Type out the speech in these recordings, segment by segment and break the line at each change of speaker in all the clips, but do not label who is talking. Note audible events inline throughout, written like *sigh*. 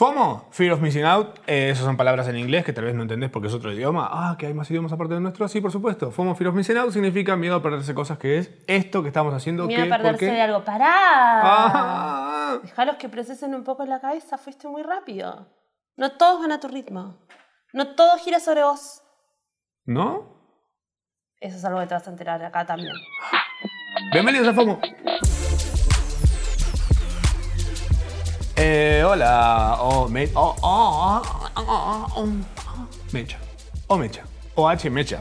FOMO, Fear of Missing Out, eh, esas son palabras en inglés que tal vez no entendés porque es otro idioma. Ah, que hay más idiomas aparte del nuestro. Sí, por supuesto. FOMO, Fear of Missing Out significa miedo a perderse cosas que es esto que estamos haciendo.
Miedo a
que, ¿por
perderse
qué?
de algo. ¡Pará!
Ah.
Dejalos que procesen un poco la cabeza, fuiste muy rápido. No todos van a tu ritmo. No todo gira sobre vos.
¿No?
Eso es algo que te vas a enterar acá también.
Bienvenidos a FOMO. Eh, hola. Oh, me, oh, oh, oh, oh, oh, oh. Mecha. O Mecha. O H Mecha.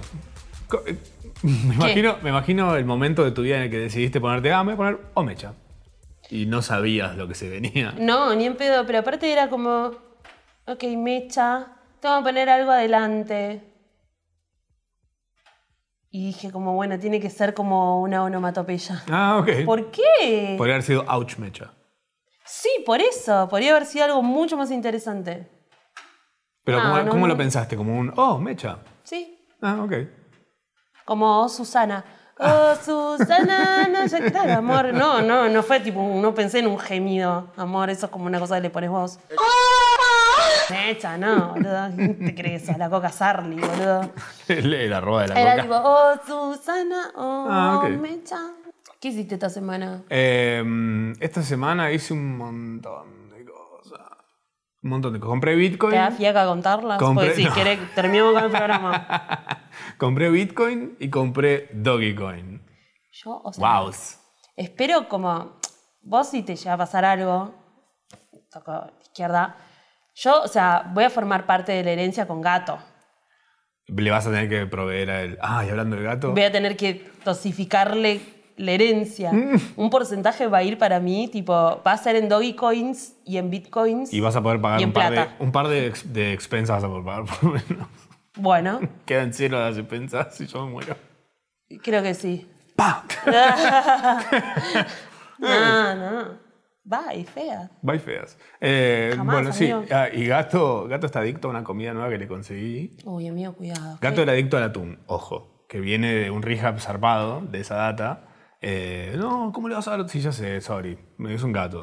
Co- eh, Me imagino, me imagino el momento de tu vida en el que decidiste ponerte, ah, me voy a poner O Mecha. Y no sabías lo que se venía.
No, ni en pedo, pero aparte era como. Ok, mecha, tengo que poner algo adelante. Y dije, como bueno, tiene que ser como
*laughs*
una onomatopeya.
Ah, ok.
¿Por qué?
Podría haber sido Ouch Mecha.
Sí, por eso. Podría haber sido algo mucho más interesante.
Pero
Ah,
¿cómo,
no,
cómo
no.
lo pensaste? Como un, oh, Mecha.
Sí,
Ah, ok. *laughs*
Como "Oh, Susana. Oh, Susana, no, ya, claro, amor. No, no, no fue tipo, un- no pensé en un gemido. Amor, eso es como una cosa que le
*laughs*
pones vos. Mecha, no, boludo. ¿Te crees? A la coca Sarli, boludo.
La arroba de la
Era
coca.
tipo, oh, Susana, oh,
Ah, ok.
Mecha. ¿Qué hiciste esta semana?
Eh, esta semana hice un montón de cosas. Un montón de cosas. Compré Bitcoin.
¿Te da fiaca contarlas?
Compré-
Porque si
*laughs* no.
querés, terminamos con
*laughs*
el programa.
compré Bitcoin y compré Dogecoin.
Yo, o sea,
Wow.
Espero como vos si te llega a pasar algo, toco izquierda, yo, o sea, voy a formar parte de la herencia con gato.
Le vas a tener que proveer a él. Ah, y hablando del gato.
Voy a tener que dosificarle la herencia.
Mm.
Un porcentaje va a ir para mí, tipo, va a ser en Dogecoins y en Bitcoins.
Y vas a poder pagar
Y en
un par, de,
plata.
un par de, ex- de expensas vas a poder pagar, *laughs* por lo menos.
Bueno,
Quedan cero las expensas y yo me muero.
creo que
*laughs*
sí.
¡Pa!
No, no. Va, y fea.
Bye feas. Eh,
Jamás,
bueno, sí.
amigo.
Ah, y gato, gato está adicto a una comida nueva que le conseguí.
Uy, amigo, cuidado. ¿ok?
Gato era adicto al atún, ojo, que viene de un rehab zarpado de esa data. Eh, no, ¿cómo le vas a dar? Sí, ya sé, sorry. Es un gato.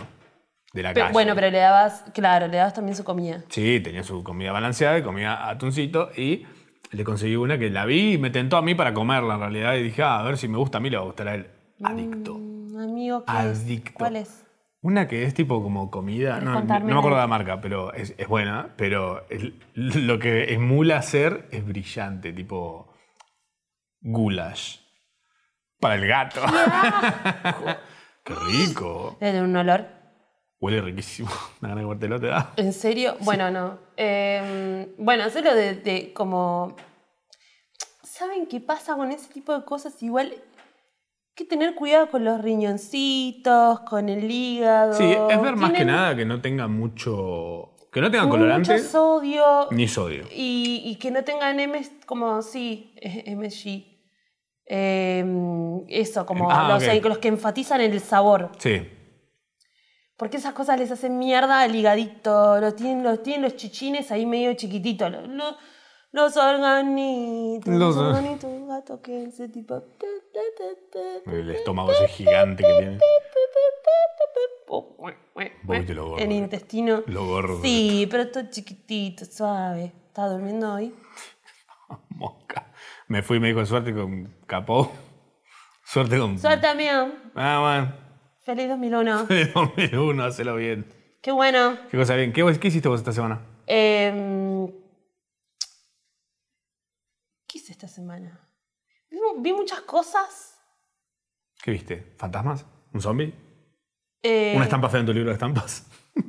De la
Pe-
calle.
bueno, pero le dabas, claro, le dabas también su comida.
Sí, tenía su comida balanceada y comía atuncito y le conseguí una que la vi y me tentó a mí para comerla en realidad. Y dije, ah, a ver si me gusta a mí, le va a gustar a él. Adicto.
Mm, Amigo, ¿qué es?
Adicto.
¿Cuál es?
Una que es tipo como comida.
¿Querés
No, no- no
contarme
me acuerdo
la-
de la marca, pero es, es buena. Pero el- lo que emula hacer es brillante, tipo goulash. Para el gato. *laughs* ¡Qué rico!
Debe tener un olor.
Huele riquísimo. *laughs* Una gana de guardártelo, te da.
¿En serio? Bueno, no. Eh, bueno, hacerlo de, de como... ¿Saben qué pasa con ese tipo de cosas? Igual hay que tener cuidado con los riñoncitos, con el hígado.
Sí, es ver más que
Tienen
nada que no tenga mucho. Que no tenga colorante
Mucho sodio
ni sodio.
y, y que no tengan M como, sí, eh, MG. Eh, eso, como
Ah,
los,
ok.
los que enfatizan el sabor.
Sí.
Porque esas cosas les hacen mierda al ligadito, lo tienen, lo tienen los chichines ahí medio chiquititos. Los, los, los organitos,
Los-
los, organitos, un gato que ese tipo. ta, ta, ta, ta.
El estómago ese gigante que tiene.
Oh, mue, mue,
Vos
mue.
viste lo gordo.
El intestino.
Lo gordo.
Sí, pero todo chiquitito, suave. ¿Estás durmiendo hoy?
Mosca. Me fui y me dijo suerte con Capó. Suerte con.
Suerte, amigo.
Ah, man.
Feliz
*laughs*
2001.
2001, hacelo bien.
Qué bueno.
Qué cosa bien. ¿Qué, vos- qué hiciste vos esta semana?
Em, ¿Qué hice esta semana? Vi, vi muchas cosas.
¿Qué viste? ¿Fantasmas? ¿Un zombie?
Eh,
¿Una estampa fea en tu libro de estampas? *laughs*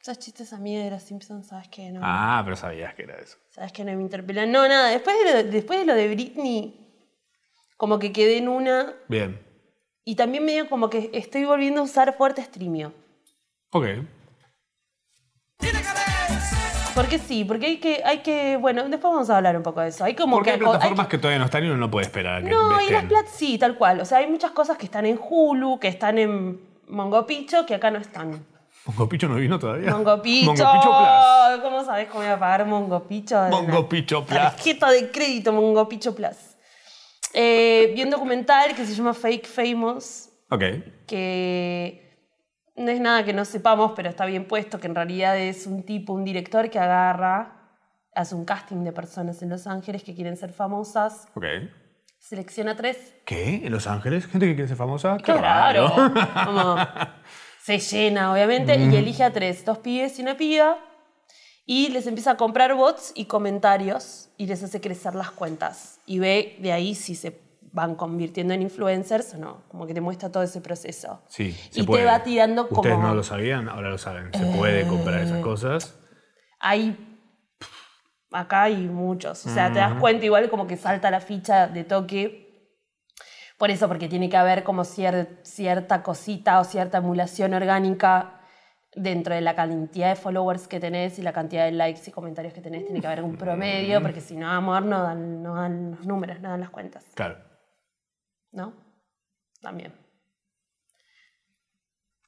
Esos chistes a mí de los Simpsons, sabes que no.
Ah, pero sabías que era eso.
Sabes que no me interpelan. No, nada. Después de, lo, después de lo de Britney, como que quedé en una.
Bien.
Y también medio como que estoy volviendo a usar fuerte streamio.
Ok.
Porque sí, porque hay que, hay que. Bueno, después vamos a hablar un poco de eso. Hay como
Porque hay
aco- hay
plataformas que todavía no están y uno no puede esperar a que
No, y las
estén.
plats sí, tal cual. O sea, hay muchas cosas que están en Hulu, que están en Mongo Picho, que acá no están.
¿Mongo Picho no vino todavía?
Mongo Picho.
*laughs* Mongo Picho Plus.
¿Cómo sabes cómo voy a pagar Mongo Picho? De
Mongo
la
Picho Plus.
Tarjeta de crédito Mongo Picho Plus. Eh, vi un documental que se llama Fake Famous,
Ok.
que no es nada que no sepamos, pero está bien puesto, que en realidad es un tipo, un director que agarra, hace un casting de personas en Los Ángeles que quieren ser famosas,
Ok.
selecciona tres.
¿Qué? ¿En Los Ángeles? ¿Gente que quiere ser famosa? ¡Qué
Claro.
raro! *laughs*
*laughs* Como, se llena, obviamente, y elige a tres, dos pibes y una piba, y les empieza a comprar bots y comentarios y les hace crecer las cuentas. Y ve de ahí si se van convirtiendo en influencers o no, como que te muestra todo ese proceso.
Sí,
Y te va tirando
Ustedes
como- Eh.
no lo sabían, ahora lo saben. Se puede comprar esas cosas.
hay acá hay muchos. O sea, te das cuenta igual como que salta la ficha de toque. Por eso, porque tiene que haber como cier- cierta cosita o cierta emulación orgánica dentro de la cantidad de followers que tenés y la cantidad de likes y comentarios que tenés. Tiene que haber un promedio, porque si no, amor, no dan, no dan los números, no dan las cuentas.
Claro.
¿No? También.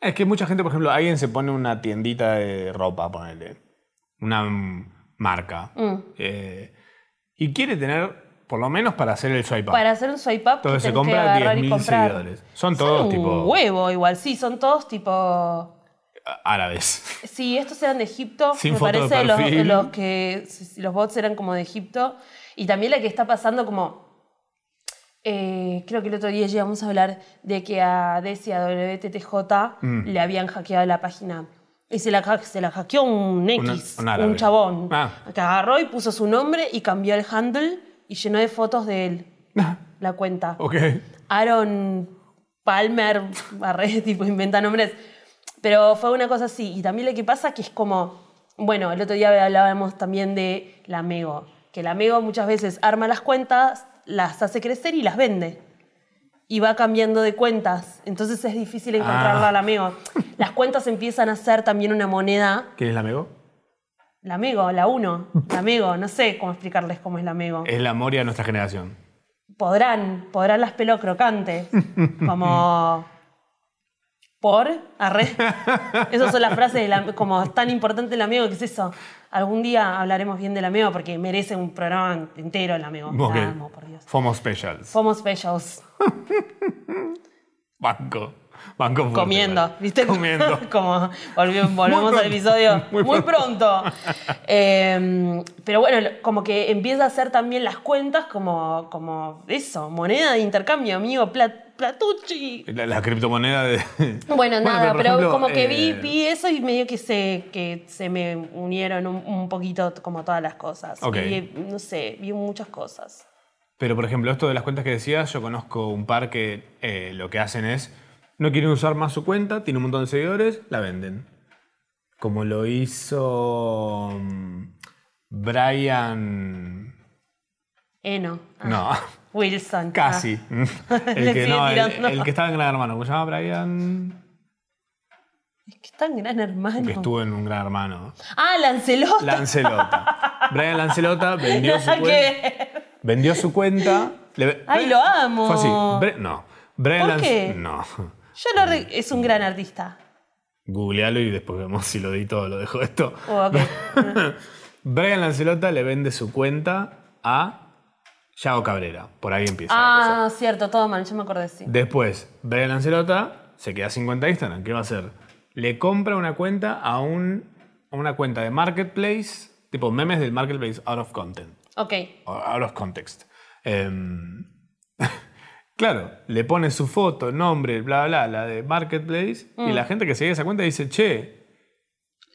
Es que mucha gente, por ejemplo, alguien se pone una tiendita de ropa, ponele. Una mm, marca.
Mm.
eh, y quiere tener, por lo menos para hacer el swipe up.
Para hacer un swipe up,
Entonces se
tenés que
compra
agarrar y
10.000
comprar.
seguidores. Son todos
un
tipo-
huevo igual, sí, son todos tipo...
Árabes. *laughs*
Sí, estos eran de Egipto,
Sin
me
foto de
parece, los,
perfil.
los que los bots eran como de Egipto. Y también la que está pasando como. eh, creo que el otro día llegamos a hablar de que a Desi, a WTTJ,
Mm.
le habían hackeado la página. Y se la, ha- se la hackeó un X,
un
un,
árabe.
chabón.
Ah.
Que agarró y puso su nombre y cambió el handle y llenó de fotos
*laughs*
de él la cuenta.
ok.
Aaron Palmer, *laughs* Barré, tipo, inventa nombres. Pero fue una cosa así. Y también lo que pasa que es como, bueno, el otro día hablábamos también de la Mego, que la Mego muchas veces arma las cuentas, las hace crecer y las vende. Y va cambiando de cuentas. Entonces es difícil encontrarla
Ah.
a la Mego. Las cuentas empiezan a ser también una moneda.
¿Quién es la Mego?
La Mego, la 1, la Mego, no sé cómo explicarles cómo es la Mego
Es la Moria de nuestra generación.
podrán, podrán las
*laughs*
pelo crocante. Como. ¿Por? Arre. Esas son las frases de la- como tan importante el amigo que es eso. Algún día hablaremos bien del amigo porque merece un programa entero el amigo. La
Ok.
amo, por Dios.
FOMO Specials.
Fomos Specials.
Banco. Banco fuerte,
Comiendo,
vale.
¿viste?
Comiendo.
*laughs* Como volvi- volvemos
Muy
al
pronto,
episodio
*laughs*
muy
muy
pronto. Eh, pero bueno, lo- como que empieza a hacer también las cuentas como, como eso, moneda de intercambio, amigo, plat- platucci.
La, la criptomoneda de.
Bueno, nada,
por
pero,
ejemplo,
como que vi,
eh,
vi eso y medio que se, que se me unieron un, un poquito t- como todas las cosas.
Ok.
Vi, no sé, vi muchas cosas.
Pero, por ejemplo, esto de las cuentas que decías, yo conozco un par que eh, lo que hacen es, no quieren usar más su cuenta, tiene un montón de seguidores, la venden. Como lo hizo mm, Brian...
Eno. ah,
No, *laughs*
Wilson. ah.
casi.
Le
*laughs* El
*laughs*
que,
sigue
no, el,
tirando.
el que estaba en Gran Hermano, ¿cómo se llama Brian?
Ah, es que tan gran hermano.
Que estuvo en un Gran Hermano.
Ah, Lancelot. *laughs*
Lancelota. Brian Lancelota vendió su
Nada que
cuenta.
ver.
Vendió su cuenta. le-
Ay, lo amo.
Fue así. Bre- no. Brian
¿Por
Lance-
qué?
No.
Yo lo re- es un gran artista.
Googlealo y después vemos si lo edito o lo dejo *laughs* esto.
Oh, ok.
Brian Lancelota le vende su cuenta a Yao Cabrera. Por ahí empieza. la cosa.
ah, cierto, todo mal, yo me acordé, sí.
Después, Brian Lancelota se queda sin cuenta de Instagram. ¿Qué va a hacer? Le compra una cuenta a, un, a una cuenta de Marketplace, tipo memes del Marketplace out of content.
Ok,
o out of context. Em, *laughs* claro, le pone su foto, nombre, bla, bla, la de Marketplace,
Mm.
y la gente que sigue esa cuenta dice, che,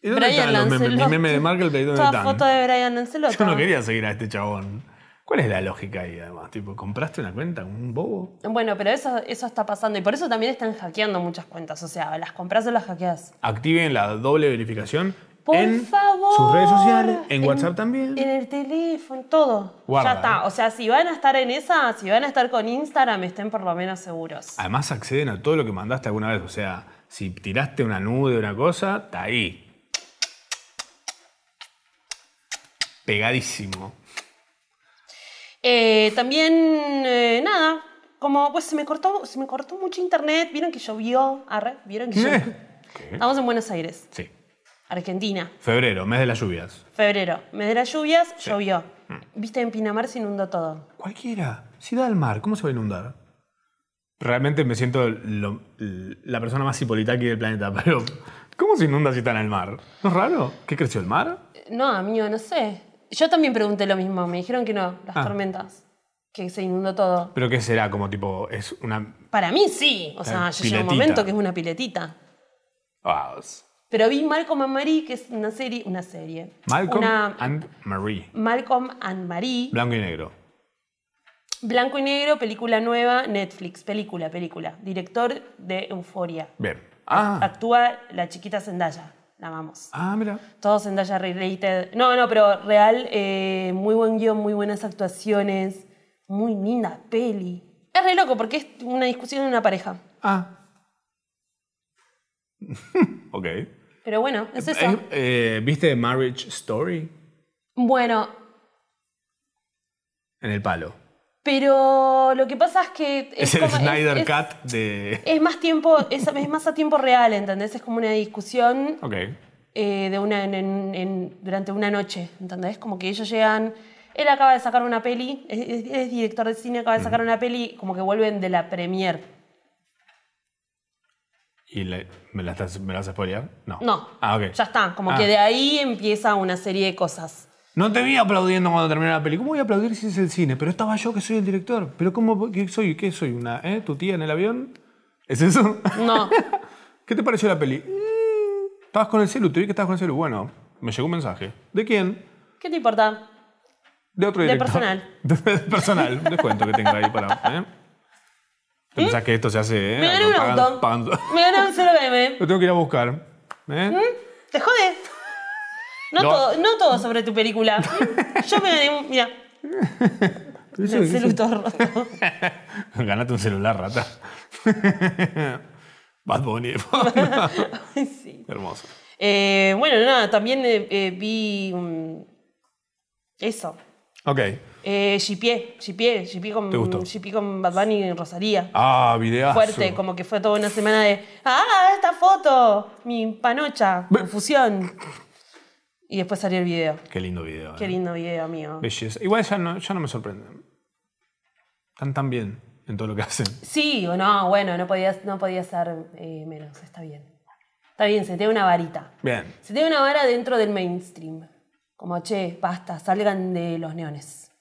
¿y dónde
Brian
están los memes?
Lancelot.
Mis memes de Marketplace, ¿dónde
toda
están?
foto de Brian Lancelot. ah.
Yo no quería seguir a este chabón. ¿Cuál es la lógica ahí, además? Tipo, ¿compraste una cuenta con un bobo?
Bueno, pero eso, eso está pasando y por eso también están hackeando muchas cuentas. O sea, las compras o las hackeas.
Activen la doble verificación
Por
en
favor.
sus redes sociales, en, WhatsApp también.
En el teléfono, todo.
Guarda, ¿eh?
Ya está. O sea, si van a estar en esa, si van a estar con Instagram, estén por lo menos seguros.
Además acceden a todo lo que mandaste alguna vez. O sea, si tiraste una nube, una cosa, está ahí. Pegadísimo.
Eh, también, eh, nada, como pues se me cortó, se me cortó mucho internet. Vieron que llovió, arre, vieron que llovió.
*laughs*
*laughs*
¿Qué?
Estamos en Buenos Aires,
Eh. Sí.
Argentina.
Febrero, mes de las lluvias.
Febrero, me de las lluvias, llovió.
Mm.
Viste, en Pinamar se inundó todo.
Cualquiera. Si da al mar, ¿cómo se va a inundar? Realmente me siento lo- la persona más hipolitaqui del planeta, *laughs* pero ¿cómo se inunda si está en el mar? ¿No es raro? ¿Qué creció el mar?
No, amigo, no sé. Yo también pregunté lo mismo. Me dijeron que no, las
Ah.
tormentas. Que se inundó todo.
¿Pero qué será? Como tipo, es una...
Para mí sí. O sea,
Eh,
yo llega un
piletita.
momento que es una piletita.
Ah, es-
Pero vi Malcolm and Marie, que es una serie. Una serie.
Malcolm
Una-
and Marie.
Malcolm and Marie.
Blanco y negro.
Blanco y negro, película nueva, Netflix. Película, película. Director de Euforia.
Bien. Ah,
Actúa la chiquita Zendaya. La amamos.
ah mira.
Todo Zendaya related. No, no, pero real, eh, muy buen guión, muy buenas actuaciones, muy linda peli. Es re loco porque es una discusión de una pareja.
Ah. *laughs* ok.
Pero bueno, es eso.
Eh, eh, ¿Viste Marriage Story?
Bueno,
En el palo.
pero lo que pasa es que...
Es, el
como-
Snyder
es-
Cut de...
Es más tiempo, es, es más a tiempo real, ¿entendés? Es como una discusión
Ok.
eh, de una, en- en- en- durante una noche, ¿entendés? Como que ellos llegan, él acaba de sacar una peli, es, es- es director de cine, acaba de sacar una peli, como que vuelven de la premier.
¿Y le- me, la estás, me la vas a spoilear? No.
No.
Ah, ok.
Ya está, como
Ah.
que de ahí empieza una serie de cosas.
No te vi aplaudiendo cuando terminó la película. ¿Cómo voy a aplaudir si es el cine? Pero estaba yo que soy el director. ¿Pero cómo? ¿Qué soy? ¿Qué soy? ¿Una, eh, ¿Tu tía en el avión? ¿Es eso? *laughs*
No,
¿Qué te pareció la peli? Mm, Estabas con el celu, te vi que estabas con el celu. Bueno, me llegó un mensaje. ¿De quién?
¿qué te importa?
De otro
De
director.
personal.
*laughs* De, de personal. Un descuento que tengo ahí para... ¿eh? ¿Te pensás que esto se hace... eh,
¿Mm? Me gané un
pagando-
auto.
pagando?
Me gané un 0BM.
Lo tengo que ir a buscar. ¿eh?
¿Te jode? No,
No.
Todo, no todo sobre
*laughs*
tu película. Yo me gané un. Mira,
Pero eso-
el
eso- *laughs*
celu todo roto. *laughs*
Ganate un celular, rata. *laughs* Bad Bunny. *laughs*
Ay, sí.
Hermoso.
Eh, bueno, nada, también eh, eh, vi. mm, eso.
Ok.
Eh, Shipié, Shipié, Shipié con,
¿Te gustó?
Shipié con Bad Bunny y Rosalía.
Ah, videazo.
Fuerte, como que fue toda una semana de. ¡Ah, esta foto! Mi panocha,
Ve-
confusión. Y después salió el video.
Qué lindo video.
Qué
eh.
lindo video, amigo.
Belleza. Igual ya no, ya no me sorprenden. Están tan bien en todo lo que hacen.
Sí o no, bueno, no podía, no podía ser eh, menos, está bien. Está bien, se te da una varita.
Bien.
Se te da una vara dentro del mainstream. Como, che, basta, salgan de los neones.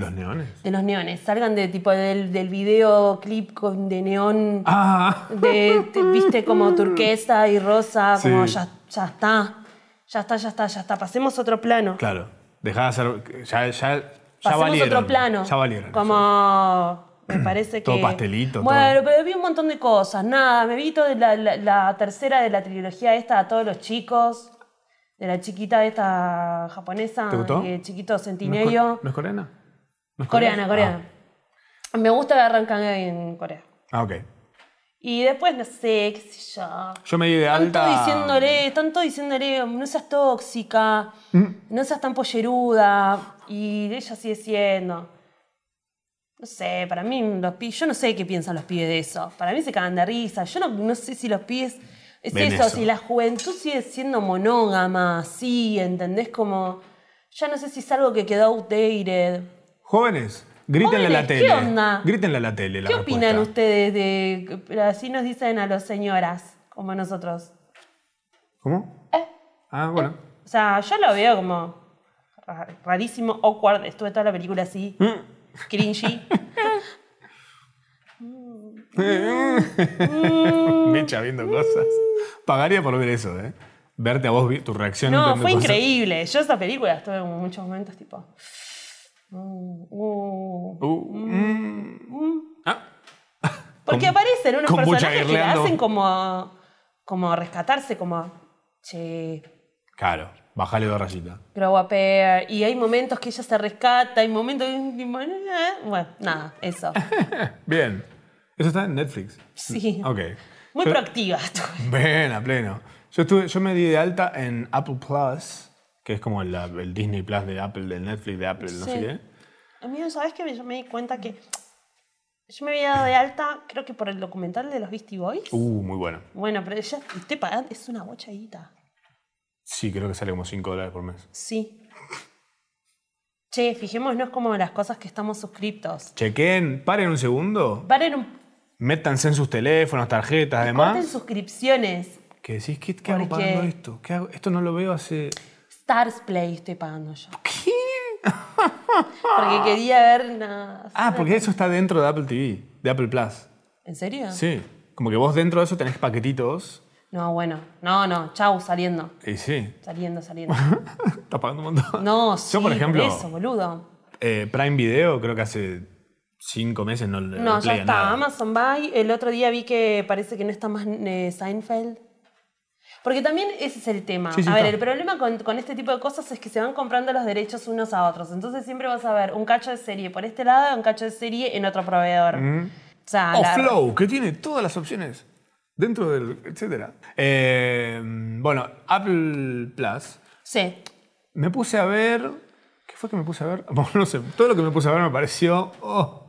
De los neones.
De los neones, salgan de tipo del, del videoclip con, de neón,
Ah,
de, te- viste, como turquesa y rosa, como
Sí.
ya, ya está, ya está, ya está, ya está. Pasemos a otro plano.
claro. Dejá de hacer. Ya, ya, ya
Pasemos a
valieron.
otro plano.
Ya valieron.
Como me parece
*clears throat*
que.
Todo pastelito,
Bueno, pero vi un montón de cosas. Nada, me vi toda la, la- la tercera de la trilogía esta a todos los chicos. De la chiquita esta japonesa.
¿Te gustó?
eh, chiquito
¿No es,
centinello.
co- ¿No es coreana? ¿No es
coreana, coreana. Me gusta ver Rankan en Corea.
Ah. Ah, ok.
Y después, no sé, qué sé yo.
Yo me di de
Tanto
alta.
diciéndole, tanto diciéndole, no seas tóxica,
¿Mm?
no seas tan polleruda. Y ella sigue siendo. No sé, para mí los pibes, yo no sé qué piensan los pibes de eso. Para mí se cagan de risa. Yo no, no sé si los pibes. Es
Ven
eso,
eso.
si la juventud sigue siendo monógama, así, ¿entendés? Como. Ya no sé si es algo que quedó outdated.
Jóvenes, grítenle a la
Jóvenes,
tele.
¿qué onda?
Grítenle a la tele. La
¿Qué opinan
respuesta.
ustedes de. Así nos dicen a las señoras, como nosotros.
¿Cómo?
Eh.
Ah, bueno.
O sea, yo lo veo como ra- rarísimo, awkward. Estuve toda la película así,
Mm. *laughs*
cringy.
Mecha viendo cosas. Pagaría por ver eso, ¿eh? Verte a vos, vi- tu reacción.
No,
viendo
fue
cosas.
increíble. Yo esa película estuve en muchos momentos tipo... mm, uh,
Uh, mm. Ah,
Porque aparecen unos
con mucha
personajes que la
guirleando.
hacen como, como rescatarse, como... Che,
claro, bajale dos rayitas. *laughs*
grow up pair. Y hay momentos que ella se rescata, hay momentos... que- "Eh, Bueno, nada,
*laughs*
eso.
Bien. Eso está en Netflix.
Sí.
Ok.
Muy
Yo-
proactiva estuve.
Bien, a pleno. Yo, estuve, yo me di de alta en Apple Plus, que es como el, el Disney Plus de Apple, del Netflix de Apple, no
Sí.
sé qué.
Amigo, ¿sabes qué? Yo me di cuenta que yo me había dado de alta, creo que por el documental de los Beastie Boys.
Uh, muy bueno.
Bueno, pero ya estoy pagando, es una bochadita.
Sí, creo que sale como 5 dólares por mes.
Sí. Che, fijémonos como las cosas que estamos suscriptos.
Chequen, paren un segundo.
Paren un.
Métanse en sus teléfonos, tarjetas,
Corten
además.
suscripciones.
Que decís, ¿qué, qué hago
Porque-
pagando esto? ¿Qué hago? Esto no lo veo hace.
Stars Play estoy pagando yo.
¿Qué?
Porque quería ver nada.
Ah, porque eso está dentro de Apple TV, de Apple Plus.
¿En serio?
Sí. Como que vos dentro de eso tenés paquetitos.
No, bueno. No, no. Chau, saliendo.
Y sí. *laughs*
Saliendo, saliendo.
Está pagando un montón.
No, sí,
Yo, por ejemplo,
eso, boludo.
eh, Prime Video, creo que hace cinco meses no le
No,
le
ya
play a
está.
nada.
Amazon Buy. El otro día vi que parece que no está más eh, Seinfeld. Porque también ese es el tema.
Sí, sí,
a ver,
está.
el problema con, con este tipo de cosas es que se van comprando los derechos unos a otros. Entonces siempre vas a ver un cacho de serie por este lado y un cacho de serie en otro proveedor. O sea,
O
la-
Mm. Oh, Flow, que tiene todas las opciones dentro del. etcétera. Eh, bueno, Apple Plus. Eh,
Sí.
Me puse a ver. ¿Qué fue que me puse a ver? *laughs* Bueno, no sé. Todo lo que me puse a ver me pareció. ¡Oh!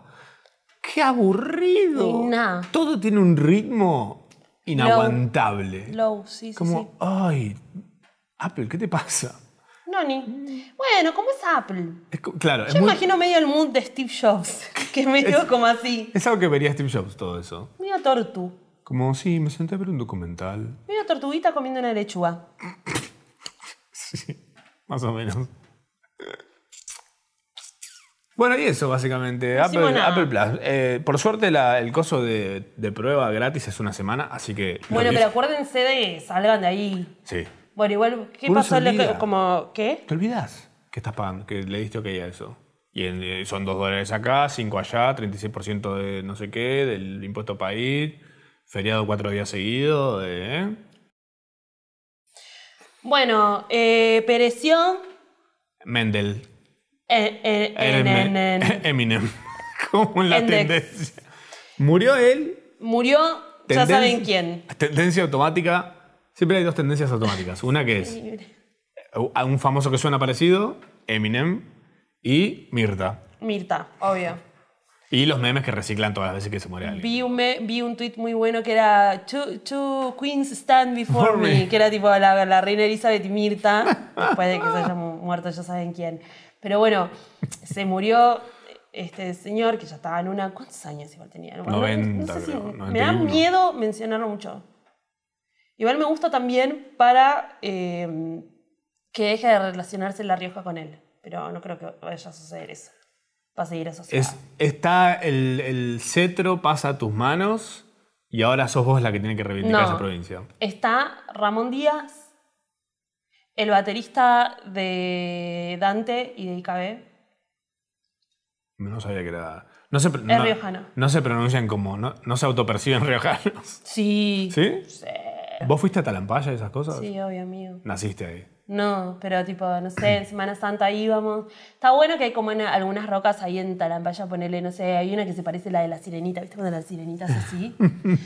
¡Qué aburrido!
Y nada.
Todo tiene un ritmo inaguantable.
Low, sí, sí,
Como,
sí.
¡ay! Apple, ¿qué te pasa?
Noni. Bueno, ¿cómo es Apple?
Es co- claro, Mm. es,
Yo
muy-
imagino medio el mood de Steve Jobs, *laughs* que es medio como así.
es algo que vería Steve Jobs, todo eso.
Medio tortu.
Como, sí, me senté a ver un documental. *laughs*
Medio tortuguita comiendo una lechuga.
Sí, más o menos. Bueno, y eso básicamente.
No hicimos
Apple,
nada.
Apple Plus. Eh, por suerte, la- el coso de, de prueba gratis es una semana, así que. lo
Bueno,
que-
pero acuérdense de salgan de ahí.
Sí.
Bueno, igual, ¿qué
Uno
pasó?
se
Lo que-
olvida.
como, ¿qué?
¿Te olvidas que estás pagando? Que le diste ok a eso. Y en- eh, son 2 dólares acá, 5 allá, 36% de no sé qué, del impuesto país, feriado cuatro días seguidos. eh.
Bueno, eh, pereció
Mendel.
en, en- en- en- en-
Eminem. *laughs* Eminem. Como en la
Endex.
tendencia. Murió él
murió, ya
Tenden-
saben quién.
Tendencia automática. Siempre hay dos tendencias automáticas. Una que es a un famoso que suena parecido, Eminem, y Mirta.
Mirta, obvio.
Y los memes que reciclan todas las veces que se muere alguien.
Vi un, me- vi un tweet muy bueno que era Two, two queens stand before
For
me,
me.
que era tipo la, la reina Elizabeth y Mirta, después de que se haya mu- muerto ya saben quién. Pero bueno, se murió este señor que ya estaba en una... ¿Cuántos años igual tenía? Bueno, no-
90,
no sé si-
creo,
Me da
91.
miedo mencionarlo mucho. Igual me gusta también para eh, que deje de relacionarse La Rioja con él, pero no creo que vaya a suceder eso. Va a seguir asociado.
Es, está el, el cetro, pasa a tus manos y ahora sos vos la que tiene que reivindicar
No.
esa provincia.
Está Ramón Díaz, el baterista de Dante y de IKB.
No sabía que era. No se, pr-
Es
no-
riojano.
no se pronuncian como. No, no se autoperciben riojanos.
Sí.
¿Sí? ¿Vos fuiste a Talampaya y esas cosas?
Sí, obvio, amigo.
Naciste ahí. *laughs*
No, pero tipo, no sé, en Semana Santa íbamos. Está bueno que hay como en algunas rocas ahí en Talampaya, ponele, no sé, hay una que se parece a la de la sirenita, ¿viste? Cuando la sirenita es así.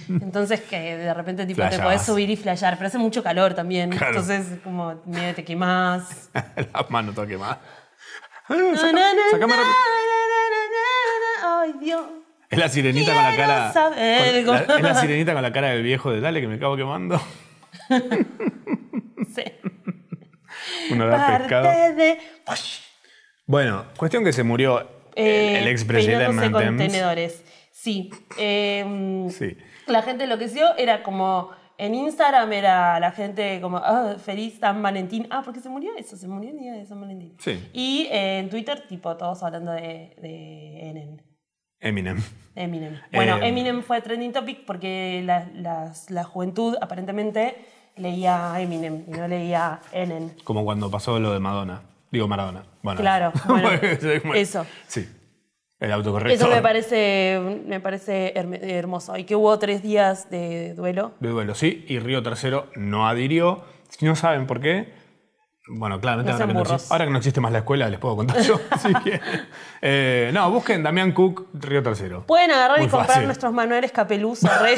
Entonces que de repente tipo te
Flasheabas.
podés subir y flashear, pero hace mucho calor también.
Claro.
Entonces como medio te quemás.
Las manos toda quemada.
Na, na, na,
sacame
na,
rápido.
na, na, na, na. Ay, Dios.
Es la sirenita con la
Quiero
cara.
saber
con- la-
cómo-
es la sirenita con la cara del viejo de Dale que me acabo quemando.
*laughs* Sí.
Un olor a pescado.
Parte de.
Bueno, cuestión que se murió el-
Eh,
el, ex presidente
peinándose con
Menem.
tenedores. Sí. eh,
Sí.
La gente lo que enloqueció era como. En Instagram era la gente como. "Ah, feliz San Valentín. Ah, porque se murió eso, se murió el día de San Valentín.
Sí.
Y eh, en Twitter, tipo, todos hablando de, de Enen.
Eminem.
Eminem. Bueno,
Eh,
Eminem fue trending topic porque la, las- la juventud aparentemente leía Eminem y no leía Enen.
Como cuando pasó lo de Madonna. Digo Maradona. Bueno, *laughs*
Claro, bueno,
Sí, bueno.
eso.
Sí. El autocorrector.
Eso me parece, me parece herme- hermoso. Y que hubo tres días de duelo.
De duelo, sí. Y Río Tercero no adhirió. Si no saben por qué, bueno, claramente
No
ahora,
sean
que no
burros.
existe, ahora que no existe más la escuela, les puedo contar yo. *laughs* Así que, eh, no, busquen Damián Cook, Río Tercero.
Pueden agarrar
Muy
y comprar
fácil.
nuestros manuales capelusa.
*laughs*
re.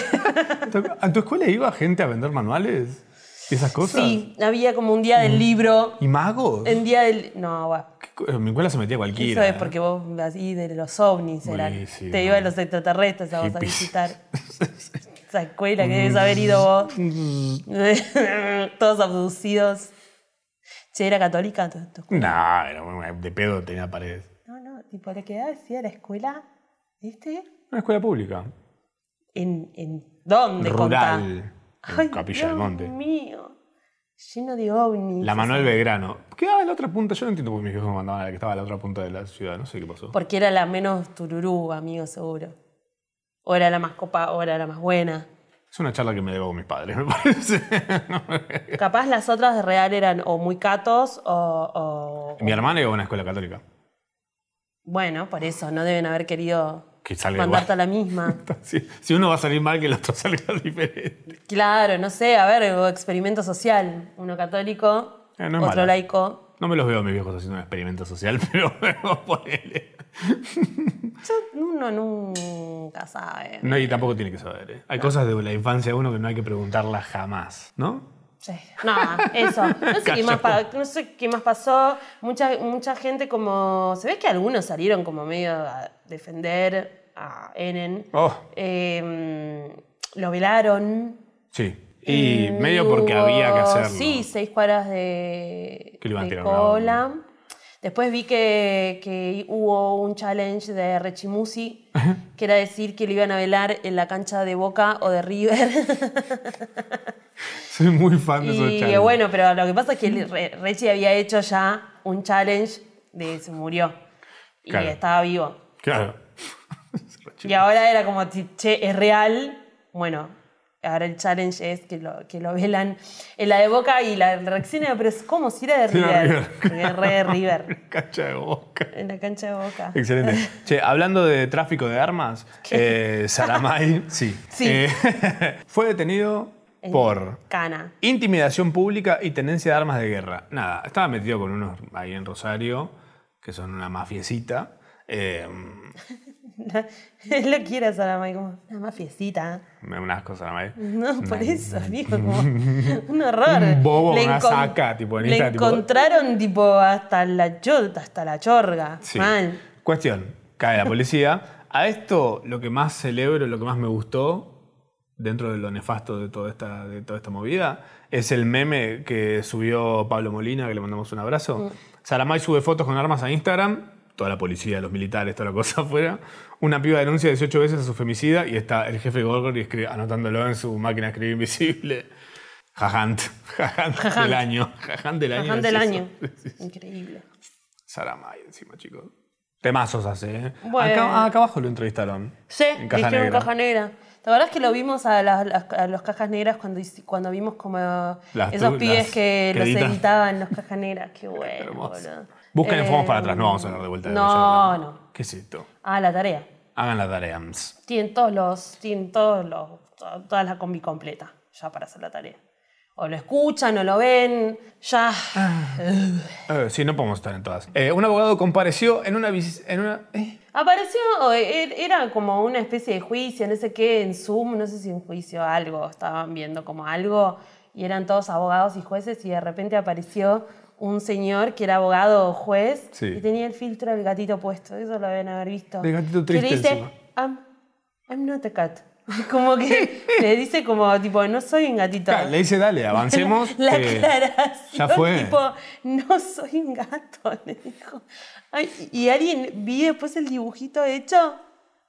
¿A tu escuela iba gente a vender manuales y esas cosas?
sí, había como un día
Mm.
del libro,
¿Y magos?
un día del... No, va.
¿Qué co- En mi escuela se metía
Eso
cualquiera.
es porque vos así de los ovnis eran.
Buenísimo.
Te iban los extraterrestres a vos a
Hippies.
visitar.
*laughs*
Esa escuela
Mm.
*laughs* que debes haber ido vos. Todos abducidos. Si era católica, tu- tu-
No, era una- de pedo tenía paredes.
No, no, tipo, le quedaba decía la escuela, ¿viste?
Una escuela pública.
¿En, en dónde contá?
rural. En Capilla del Monte.
Dios mío. Lleno de ovnis.
La Manuel Belgrano. Quedaba en la otra punta. Yo no entiendo por qué mis hijos me mandaban a la que estaba en la otra punta de la ciudad. No sé qué pasó.
Porque era la menos tururú, amigo, seguro. O era la más copa, o era la más buena.
Es una charla que me debo a mis padres, *laughs* me parece.
Capaz las otras de real eran o muy catos o. o-
Mi hermana iba a una escuela católica.
Bueno, por eso, no deben haber querido
Que sale
mandarte
*laughs*
a
igual.
la misma.
Si, si uno va a salir mal, que el otro *laughs* salga diferente.
Claro, no sé, a ver, o experimento social. Uno católico,
Eh, no es
otro
mala.
laico.
No me los veo a mis viejos haciendo un experimento social, *laughs* pero bueno, ponele.
Yo- uno nunca sabe.
No, y tampoco tiene que saber. ¿eh? Hay cosas de la infancia de uno que no hay que preguntarlas jamás, ¿no?
Sí. Nada, eso. No sé, qué más pa- no sé qué más pasó. Mucha, mucha gente como... Se ve que algunos salieron como medio a defender a Enen.
Oh,
Eh, lo velaron.
sí. Y
Eh,
medio porque
hubo,
había que hacerlo.
Sí, seis cuadras de,
Que le iban
de
tirando la
cola. Después vi que, que hubo un challenge de Rechimusi, que era decir que lo iban a velar en la cancha de Boca o de River.
*laughs* Soy muy fan de esos
Y
challenges.
bueno, pero lo que pasa es que el Re- Rechi había hecho ya un challenge de se murió y
Claro.
estaba vivo.
Claro.
Y ahora era como, ti- che, es real. Bueno, ahora el challenge es que lo, que lo velan en la de Boca y la reacción era, pero es como si era de
Sí, era River.
River. Porque es re de
*laughs*
River.
Cacha de boca.
En la cancha de Boca.
Excelente. Che, hablando de tráfico de armas, eh, Saramay, sí.
Sí. Eh.
Eh, *laughs* fue detenido
En
por
Cana. *laughs*
intimidación pública y tenencia de armas de guerra. Nada, estaba metido con unos ahí en Rosario, que son una mafiecita. eh,
lo quiere Saramay como una mafiecita.
me- un asco, Saramay.
No,
*laughs*
por eso, amigo, como un horror.
Un *laughs* bobo con una
encon-
saca, tipo, en
le
esta, tipo-
encontraron tipo hasta la chol- hasta la chorga.
Sí.
Mal.
Cuestión, cae la policía. A esto lo que más celebro, lo que más me gustó, dentro de lo nefasto de toda esta, de toda esta movida, es el meme que subió Pablo Molina, que le mandamos un abrazo. Saramay sube fotos con armas a Instagram, toda la policía, los militares, toda la cosa *laughs* afuera. Una piba denuncia 18 veces a su femicida y está el jefe Gorgor anotándolo en su máquina de escribir invisible. Jajant, *laughs* jajant del año. Jajant del año.
Bajante
es
del
eso. *laughs*
año. Increíble.
Saramay encima, chicos. Temazos hace, ¿eh?
Bueno.
Acá, acá abajo lo entrevistaron.
Sí,
En Caja
dijeron
Negra.
caja negra. ¿Te acordás que lo vimos a, las- las- a los cajas negras cuando, hici- cuando vimos como
Las
esos
tu-
pibes
las
que
que
los
editan.
editaban los cajas negras? Qué bueno,
*laughs* Hermoso.
boludo.
Busquen en
Eh,
Fomos para atrás, no vamos a hablar de vuelta de
no,
Roger Orlando.
no.
¿Qué es esto?
Ah, la tarea.
Hagan la tarea. ams.
Tienen todos los, tienen todos los, to- toda la combi completa ya para hacer la tarea. O lo escuchan o lo ven, ya.
Eh, sí, no podemos estar en todas. Eh, un abogado compareció en una vis- en una. ¿eh?
Apareció, er- era como una especie de juicio, no sé qué, en Zoom, no sé si un juicio, algo, estaban viendo como algo y eran todos abogados y jueces y de repente apareció un señor que era abogado o juez
Sí.
y tenía el filtro del gatito puesto, eso lo deben haber visto.
Del gatito
Que
triste
le dice,
encima.
I'm, I'm not a cat. *laughs* Como que le dice como tipo, no soy un gatito.
Claro, Le dice, dale, avancemos.
*laughs*
eh,
La
que-
aclaración,
ya fue.
tipo, no soy un gato, *laughs* le dijo. Ay, y alguien, vi después el dibujito hecho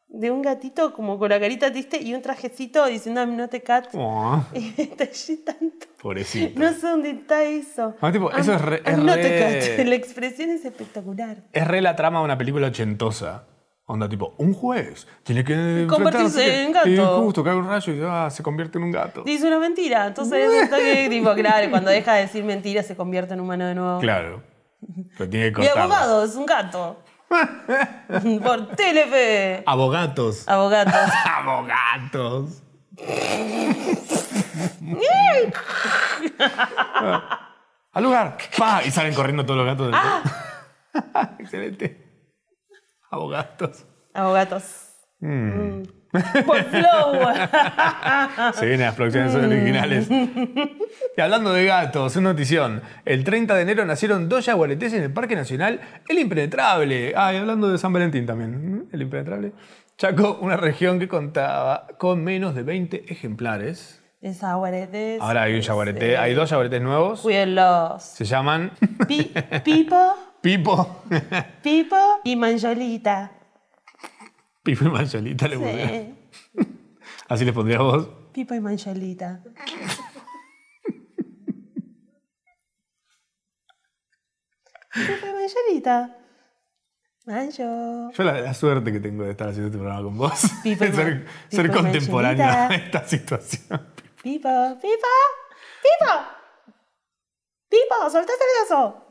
de un gatito como con la carita triste y un trajecito diciendo, "I'm not a cat.
Oh,
*laughs* Y detallé tanto.
pobrecito.
No sé dónde está eso.
Ah, tipo, eso es re-
I'm
es
not a
re-
cat. La expresión es espectacular.
Es re la trama de una película ochentosa. Onda, tipo, un juez tiene que.
Convertirse
enfrentarse-
en
Y
gato.
justo cae un rayo y ah, se convierte en un gato.
Dice una
*laughs*
mentira. Entonces, está que, tipo, claro, cuando deja de decir mentira se convierte en humano de nuevo.
Claro. Pero tiene que
Mi
cortarla.
abogado es
*laughs*
un gato. Por Telefe.
*laughs* Abogatos.
Abogados.
Abogatos. Al lugar. ¡Pa! Y salen corriendo todos los gatos. del- *laughs* Excelente. Abogatos.
Abogatos. Mm. Por flow. *laughs*
Se vienen las producciones originales. Y hablando de gatos, una notición. El 30 de enero nacieron dos jaguaretes en el Parque Nacional El Impenetrable. Ah, y hablando de San Valentín también. ¿Mm? El Impenetrable. Chaco, una región que contaba con menos de 20 ejemplares.
En jaguaretes.
Ahora hay un yaguareté, hay dos yaguaretés nuevos.
Cuídenlos.
Se llaman *laughs*
Pi- pipo, *laughs*
Pipo.
Pipo y Manjolita.
Pipo y Mancholita le pondría.
Sí.
Así le pondría vos.
Pipo y Manjolita. Pipo y Manjolita. Manjo.
Yo la, la suerte que tengo de estar haciendo este programa con vos. *laughs*
Pipo y
ser
Man-
ser
Pipo y
contemporáneo a
Mancholita.
esta situación.
Pipo, Pipo, Pipo. Pipo, este soltaste el brazo.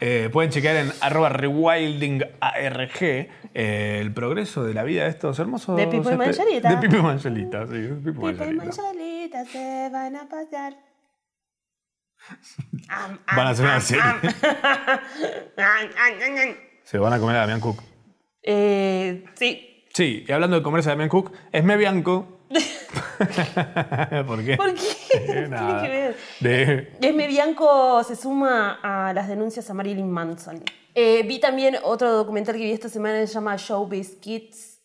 Eh, pueden chequear en arroba rewildingarg eh, el progreso de la vida de estos hermosos...
De Pipo y
este,
Mancholita.
De Pipo y Mancholita, sí. de Pipo y
Pipo y
Mancholita.
Manjolita se van a pasear. *laughs* Am, am,
Van a hacer una
am,
serie.
am. *laughs* Am, am, am, am.
Se van a comer a Damián Cook.
Eh, sí.
Sí, y hablando de comerse a Damián Cook, es me
*laughs*
Bianco. *laughs* ¿Por qué?
¿Por *laughs* qué? Tiene
Nada.
que ver.
De...
Esme Bianco se suma a las denuncias a Marilyn Manson. Eh, vi también otro documental que vi esta semana que se llama Showbiz Kids.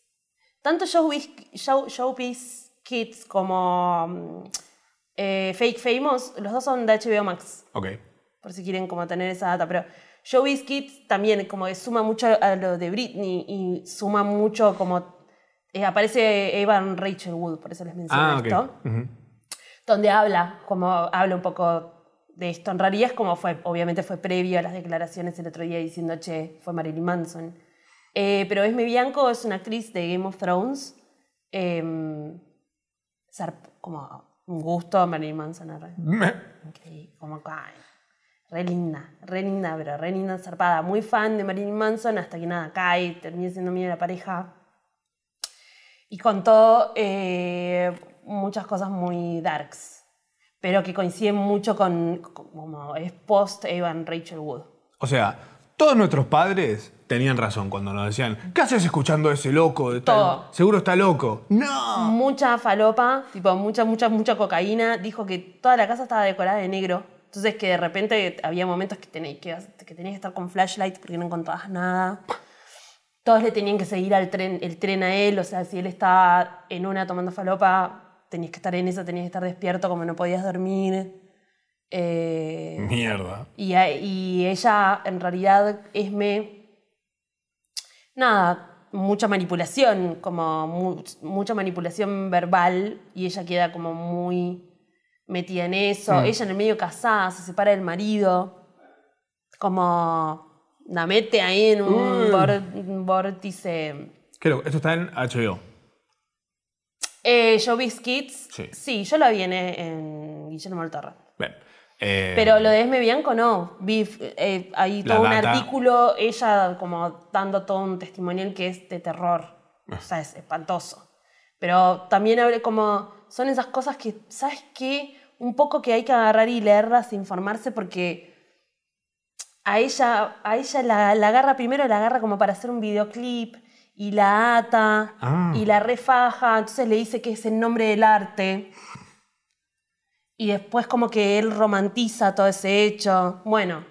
Tanto Showbiz, Show- Showbiz Kids como mm, eh, Fake Famous, los dos son de HBO Max,
Ok.
por si quieren como tener esa data, pero Showbiz Kids también como que suma mucho a lo de Britney y suma mucho como... eh, aparece Evan Rachel Wood, por eso les menciono
Ah, ok.
esto
Ujú.
donde habla, como habla un poco de esto. En realidad es como fue, obviamente fue previo a las declaraciones el otro día diciendo, che, fue Marilyn Manson. Eh, pero Esme Bianco es una actriz de Game of Thrones. Em, zarp- como un gusto Marilyn Manson. arre.
Me-
Increíble, como ay, Re linda, re linda, pero re linda zarpada. Muy fan de Marilyn Manson hasta que nada cae, terminé siendo mía de la pareja. Y contó eh, muchas cosas muy darks, pero que coinciden mucho con, con- como es post Evan Rachel Wood.
O sea, todos nuestros padres tenían razón cuando nos decían, ¿qué haces escuchando a ese loco? de tal-
Todo.
Seguro está loco. No.
Mucha falopa, tipo mucha, mucha, mucha cocaína. Dijo que toda la casa estaba decorada de negro. Entonces que de repente había momentos que tenías que, que, tenías que estar con flashlight porque no encontrabas nada. Todos le tenían que seguir al tren, el tren a él. O sea, si él estaba en una tomando falopa, tenías que estar en esa, tenías que estar despierto como no podías dormir. Eh,
Mierda.
y, a- y ella, en realidad, Esme. Nada, mucha manipulación, como mu- mucha manipulación verbal, y ella queda como muy metida en eso.
Mm.
Ella en el medio casada, se separa del marido, como la mete ahí en un,
Mm.
vor- un vórtice.
Qué loco. Esto está en HBO.
Eh, yo vi Kids.
Sí.
yo la vi en, en Guillermo del Toro.
Bien. Eh,
Pero lo de Esme Bianco no. Vi eh, ahí
La
todo un
data.
artículo, ella como dando todo un testimonial que es de terror.
Ah.
O sea, es espantoso. Pero también hablé como. Son esas cosas que, ¿sabes qué? Un poco que hay que agarrar y leerlas, e informarse, porque a ella, a ella la, la agarra primero, la agarra como para hacer un videoclip y la ata
Ah.
y la refaja, entonces le dice que es el nombre del arte. Y después como que él romantiza todo ese hecho. Bueno.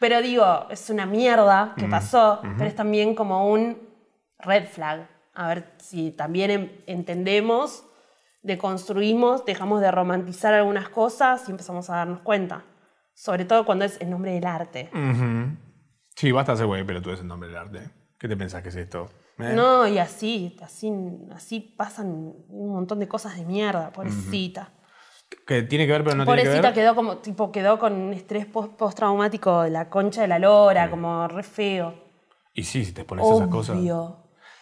Pero digo, es una mierda que pasó, pero es también como un red flag. A ver si también en- entendemos, deconstruimos, dejamos de romantizar algunas cosas y empezamos a darnos cuenta. Sobre todo cuando es el nombre del arte.
Mm, Ujú. Sí, basta ese güey, pero tú eres el nombre del arte. ¿Qué te pensás que es esto? Eh,
No, y así, así, así pasan un montón de cosas de mierda, pobrecita.
Que tiene que ver, pero no tiene que
Pobrecita
ver.
quedó como, tipo, quedó con un estrés post- postraumático de la concha de la lora, como re feo.
Y sí, si te pones esas cosas.
Obvio.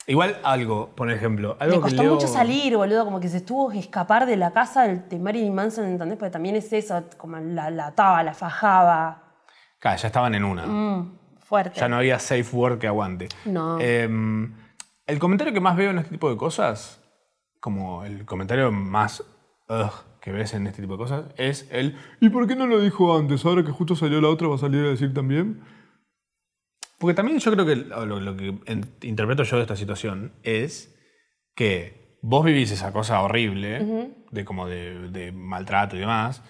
Igual algo, por ejemplo. Algo
Le
que
costó
leo-
mucho salir, boludo, como que se estuvo a escapar de la casa del- de Marilyn Manson, ¿entendés? Porque también es eso, como la, la ataba, la fajaba.
Claro, ya estaban en una.
Mm, fuerte.
Ya no había safe word que aguante.
No.
Em, el comentario que más veo en este tipo de cosas, como el comentario más ugh que ves en este tipo de cosas, es el ¿y por qué no lo dijo antes? Ahora que justo salió la otra, ¿va a salir a decir también? Porque también yo creo que lo, lo- lo que en- interpreto yo de esta situación es que vos vivís esa cosa horrible de como de, de maltrato y demás,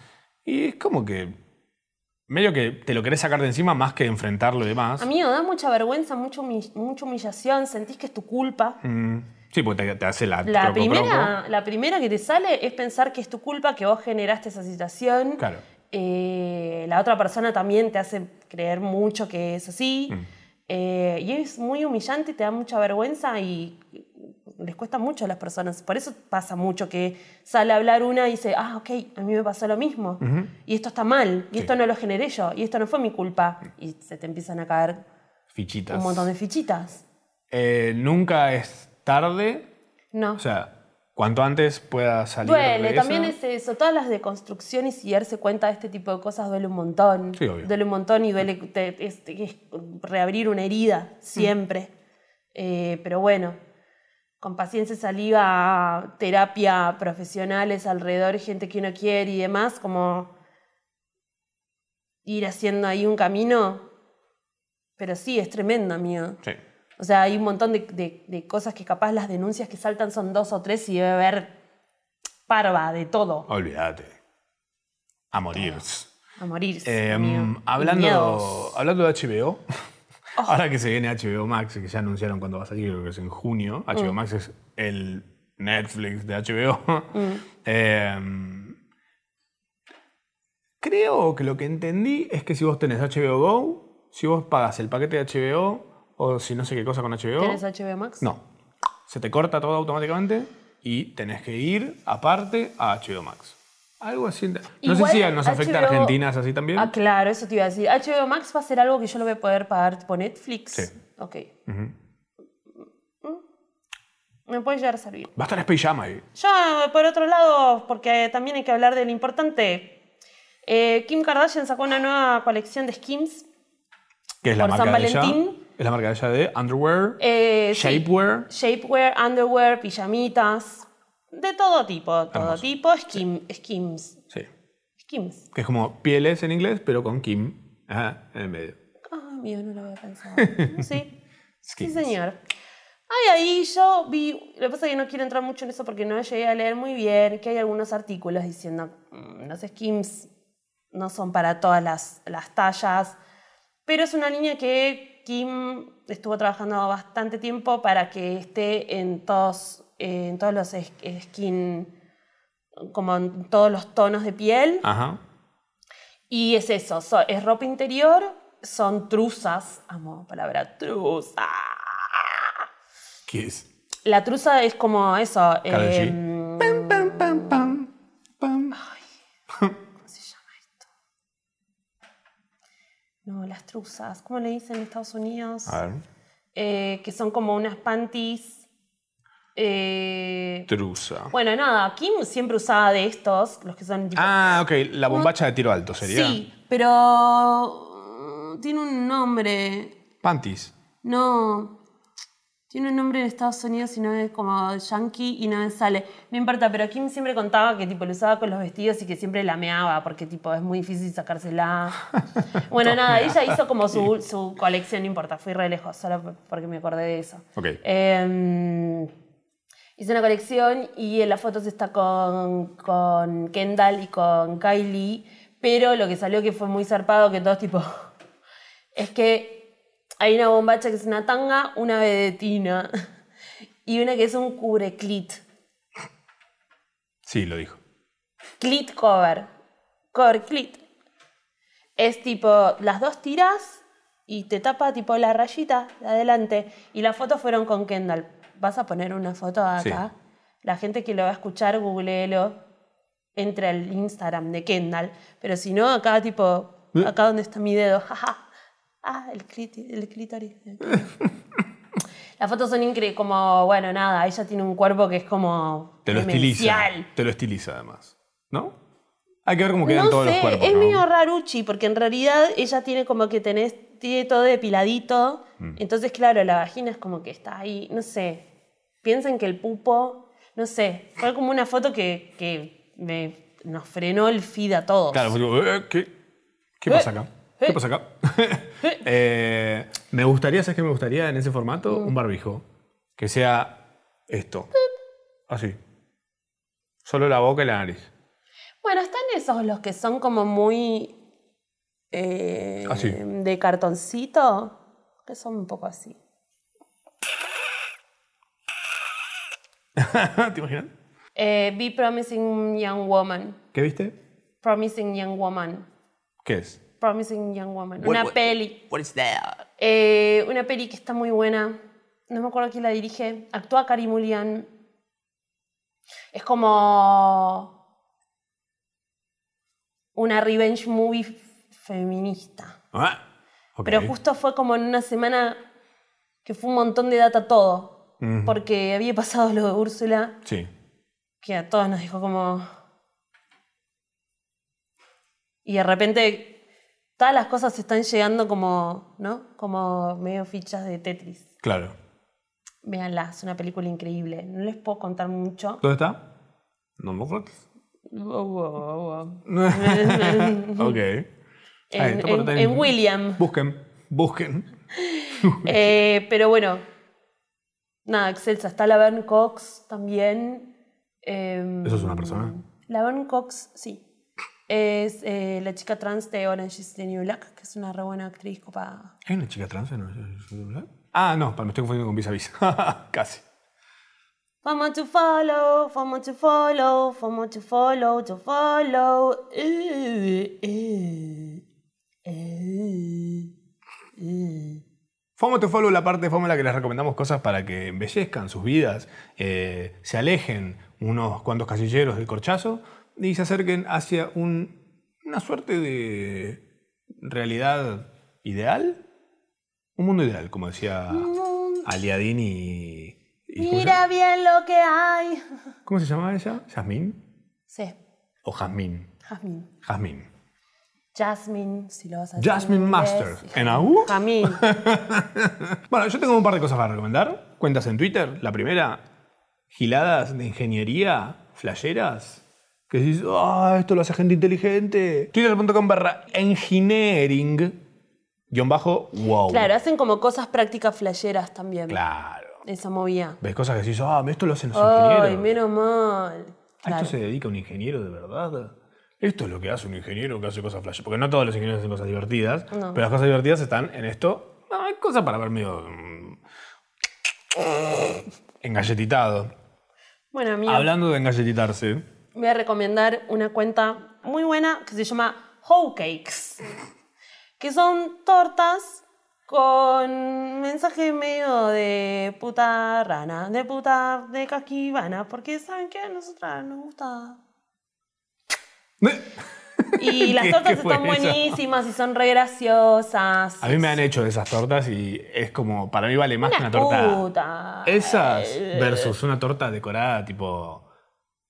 y es como que medio que te lo querés sacar de encima más que enfrentarlo y demás.
Amigo, da mucha vergüenza, mucha humi- mucha humillación, sentís que es tu culpa.
Mm. Sí, porque te, te hace la,
La
croco,
primera, la primera que te sale es pensar que es tu culpa que vos generaste esa situación.
Claro.
Eh, la otra persona también te hace creer mucho que es así.
Mm.
Eh, y es muy humillante, te da mucha vergüenza y les cuesta mucho a las personas. Por eso pasa mucho que sale a hablar una y dice, ah, ok, a mí me pasó lo mismo. Y esto está mal, y
Sí. Mm.
esto no lo generé yo, y esto no fue mi culpa. Y se te empiezan a caer
croco, Fichitas.
un montón de fichitas.
Eh, nunca es tarde.
No.
O sea, cuanto antes pueda salir.
Duele,
de
también
esa.
es eso. Todas las deconstrucciones y darse cuenta de este tipo de cosas duele un montón.
Sí, obvio.
Duele un montón y duele te- es, es reabrir una herida siempre. Eh, pero bueno, con paciencia saliva, terapia, profesionales alrededor, gente que uno quiere y demás, como ir haciendo ahí un camino. Pero sí, es tremendo, amigo.
Sí.
O sea, hay un montón de, de- de cosas que capaz las denuncias que saltan son dos o tres y debe haber parva de todo.
Olvídate. A morir.
A morirse.
Eh,
amigo.
hablando,
Miedos. Oh.
hablando de
*laughs*
HBO, ahora que se viene HBO Max, que ya anunciaron cuándo va a salir, creo que es en junio.
Mm.
HBO Max es el Netflix de
*laughs*
HBO.
Mm.
Eh, creo que lo que entendí es que si vos tenés HBO Go, si vos pagas el paquete de HBO o si no sé qué cosa con HBO,
¿Tenés HBO Max?
no. Se te corta todo automáticamente y tenés que ir aparte a HBO Max. Algo así. No
Igual
sé si nos afecta a
HBO
Argentina, es así también.
Ah, claro, eso te iba a decir. HBO Max va a ser algo que yo lo voy a poder pagar tipo Netflix.
Sí.
Ok.
Ujú.
Mm, Me puede llegar a servir.
Va a estar Space Jam ahí.
Yo, por otro lado, porque también hay que hablar de lo importante. eh, Kim Kardashian sacó una nueva colección de skins.
Que es la
Por
marca
San
de ella.
Valentín.
Es la marca de ella de underwear,
Eh, sí.
shapewear.
Shapewear, underwear, pijamitas, de todo tipo, todo
Hermoso.
tipo, skim, skims,
Sí.
skims.
Que es como pieles en inglés, pero con Kim ajá, en el medio.
Ah, mío, no lo había
*laughs*
pensado. Sí, sí
Skims.
señor. Ay, ahí yo vi, lo que pasa es que no quiero entrar mucho en eso porque no llegué a leer muy bien, que hay algunos artículos diciendo, "Mm, los skims no son para todas las, las tallas, pero es una línea que Kim estuvo trabajando bastante tiempo para que esté en todos, en todos los es- skin, como en todos los tonos de piel.
Ajá.
Y es eso, so- es ropa interior, son truzas, amo la palabra truza.
¿Qué es?
La truza es como eso,
Karol G.
em,
Pam, pam, pam, pam, pam.
¿Cómo se llama esto? No, las truzas. ¿Cómo le dicen en Estados Unidos?
A ver.
Eh, que son como unas panties. eh,
Trusa.
bueno, nada, Kim siempre usaba de estos, los que son tipo-
Ah, ok. La bombacha de tiro alto sería.
Sí, pero mm, tiene un nombre.
Panties.
No. Tiene un nombre en Estados Unidos y no es como yankee y no me sale. No importa, pero Kim siempre contaba que tipo lo usaba con los vestidos y que siempre lameaba porque tipo es muy difícil sacársela. Bueno, nada, ella hizo como su, su colección, no importa, fui re lejos, solo porque me acordé de eso.
Ok.
Eh, hizo una colección y en las fotos está con, con Kendall y con Kylie, pero lo que salió que fue muy zarpado, que todos tipo, es que hay una bombacha que es una tanga, una vedetina *laughs* y una que es un cubreclit,
Sí, lo dijo.
clit cover, cover clit. Es tipo las dos tiras y te tapa tipo la rayita de adelante. Y las fotos fueron con Kendall. Vas a poner una foto acá. La gente que lo va a escuchar, googleelo. Entra al Instagram de Kendall. Pero si no, acá tipo,
¿Eh?
acá donde está mi dedo. *laughs* jaja. ah, el, clit-
*laughs*
el clítoris. Las fotos son increíbles, como, bueno, nada, ella tiene un cuerpo que es como
Te lo
demencial.
estiliza. Te lo estiliza además. ¿No? Hay que ver cómo quedan
No
todos
sé,
los cuerpos.
es
¿no?
medio raruchi, porque en realidad ella tiene como que tenés, tiene todo depiladito.
Mm.
Entonces, claro, la vagina es como que está ahí, no sé. Piensan que el pupo, no sé. Fue como una foto que, que me- nos frenó el feed a todos.
Claro, fue tipo, eh, ¿qué, qué pasa acá? ¿Qué pasa acá? *laughs* Eh, me gustaría, ¿sabes qué me gustaría en ese formato?
Mm.
Un barbijo. Que sea esto. Así. Solo la boca y la
*laughs*
nariz.
Bueno, están esos los que son como muy eh,
Así.
de cartoncito, que son un poco así.
¿Te imaginas?
Eh, Be Promising Young Woman.
¿Qué viste?
Promising Young Woman.
¿Qué es?
Promising Young Woman.
What-
una
what-
peli.
What is that?
Eh, una peli que está muy buena. No me acuerdo quién la dirige. Actúa Karim Mulligan. Es como. Una revenge movie f- feminista.
Ah, ok.
Pero justo fue como en una semana que fue un montón de data todo.
Ujú.
Porque había pasado lo de Úrsula,
Sí.
que a todos nos dijo como. Y de repente todas las cosas están llegando como, ¿no? Como medio fichas de Tetris.
Claro.
Véanla, es una película increíble. No les puedo contar mucho.
¿Dónde está? No me acuerdo. *laughs*
en,
Ok. Ahí, está por
en-
ahí.
en William.
Busquen, busquen.
Eh, pero bueno, nada, excelsa. Está Laverne Cox también. Eh,
¿Eso es una persona?
Laverne Cox, sí. Es eh, la chica trans de Orange is the New Black, que es una re buena actriz copada.
¿Hay una chica trans en el- Ah, no, pa- me estoy confundiendo con Vis a Vis. *laughs* Casi.
Fomo to follow, fomo to follow, fomo to follow, to follow. Eh, eh, eh. uh.
Fomo to Follow, la parte de Fomo en la que les recomendamos cosas para que embellezcan sus vidas, eh, se alejen unos cuantos casilleros del corchazo y se acerquen hacia un- una suerte de realidad ideal. Un mundo ideal, como decía Aliadini y... y ¿cómo, se
Mira bien lo que hay.
llama- cómo se llamaba ella? ¿Yasmín?
Sí,
¿O Jazmín?
Jasmine.
Jazmín.
Jasmine, si lo vas a decir.
Jasmine
en
Master.
inglés.
¿En AU? *laughs*
Jasmine.
Bueno, yo tengo un par de cosas para recomendar. Cuentas en Twitter. La primera, giladas de ingeniería, flasheras. Que dices, ah, esto lo hace gente inteligente. Twitter.com barra engineering, guión bajo, wow.
Claro, hacen como cosas prácticas flasheras también.
Claro.
Esa movida.
Ves cosas que dices, ah, esto lo hacen los
Ay,
ingenieros.
menos mal.
¿A
Claro.
esto se dedica un ingeniero de verdad? Esto es lo que hace un ingeniero que hace cosas flash. Porque no todos los ingenieros hacen cosas divertidas,
No.
pero las cosas divertidas están en esto. Ah, hay cosas para ver medio. mm, engalletitado.
Bueno, amigo,
Hablando de engalletitarse.
voy a recomendar una cuenta muy buena que se llama Hoe Cakes. Que son tortas con mensaje medio de puta rana, de puta de casquivana, porque saben que a nosotras nos gusta Y
*laughs*
las
¿Qué-
tortas
qué fue
están
eso?
buenísimas y son re graciosas.
A mí me han hecho esas tortas y es como. Para mí vale más que una
Una
torta.
puta.
Esas versus una torta decorada tipo.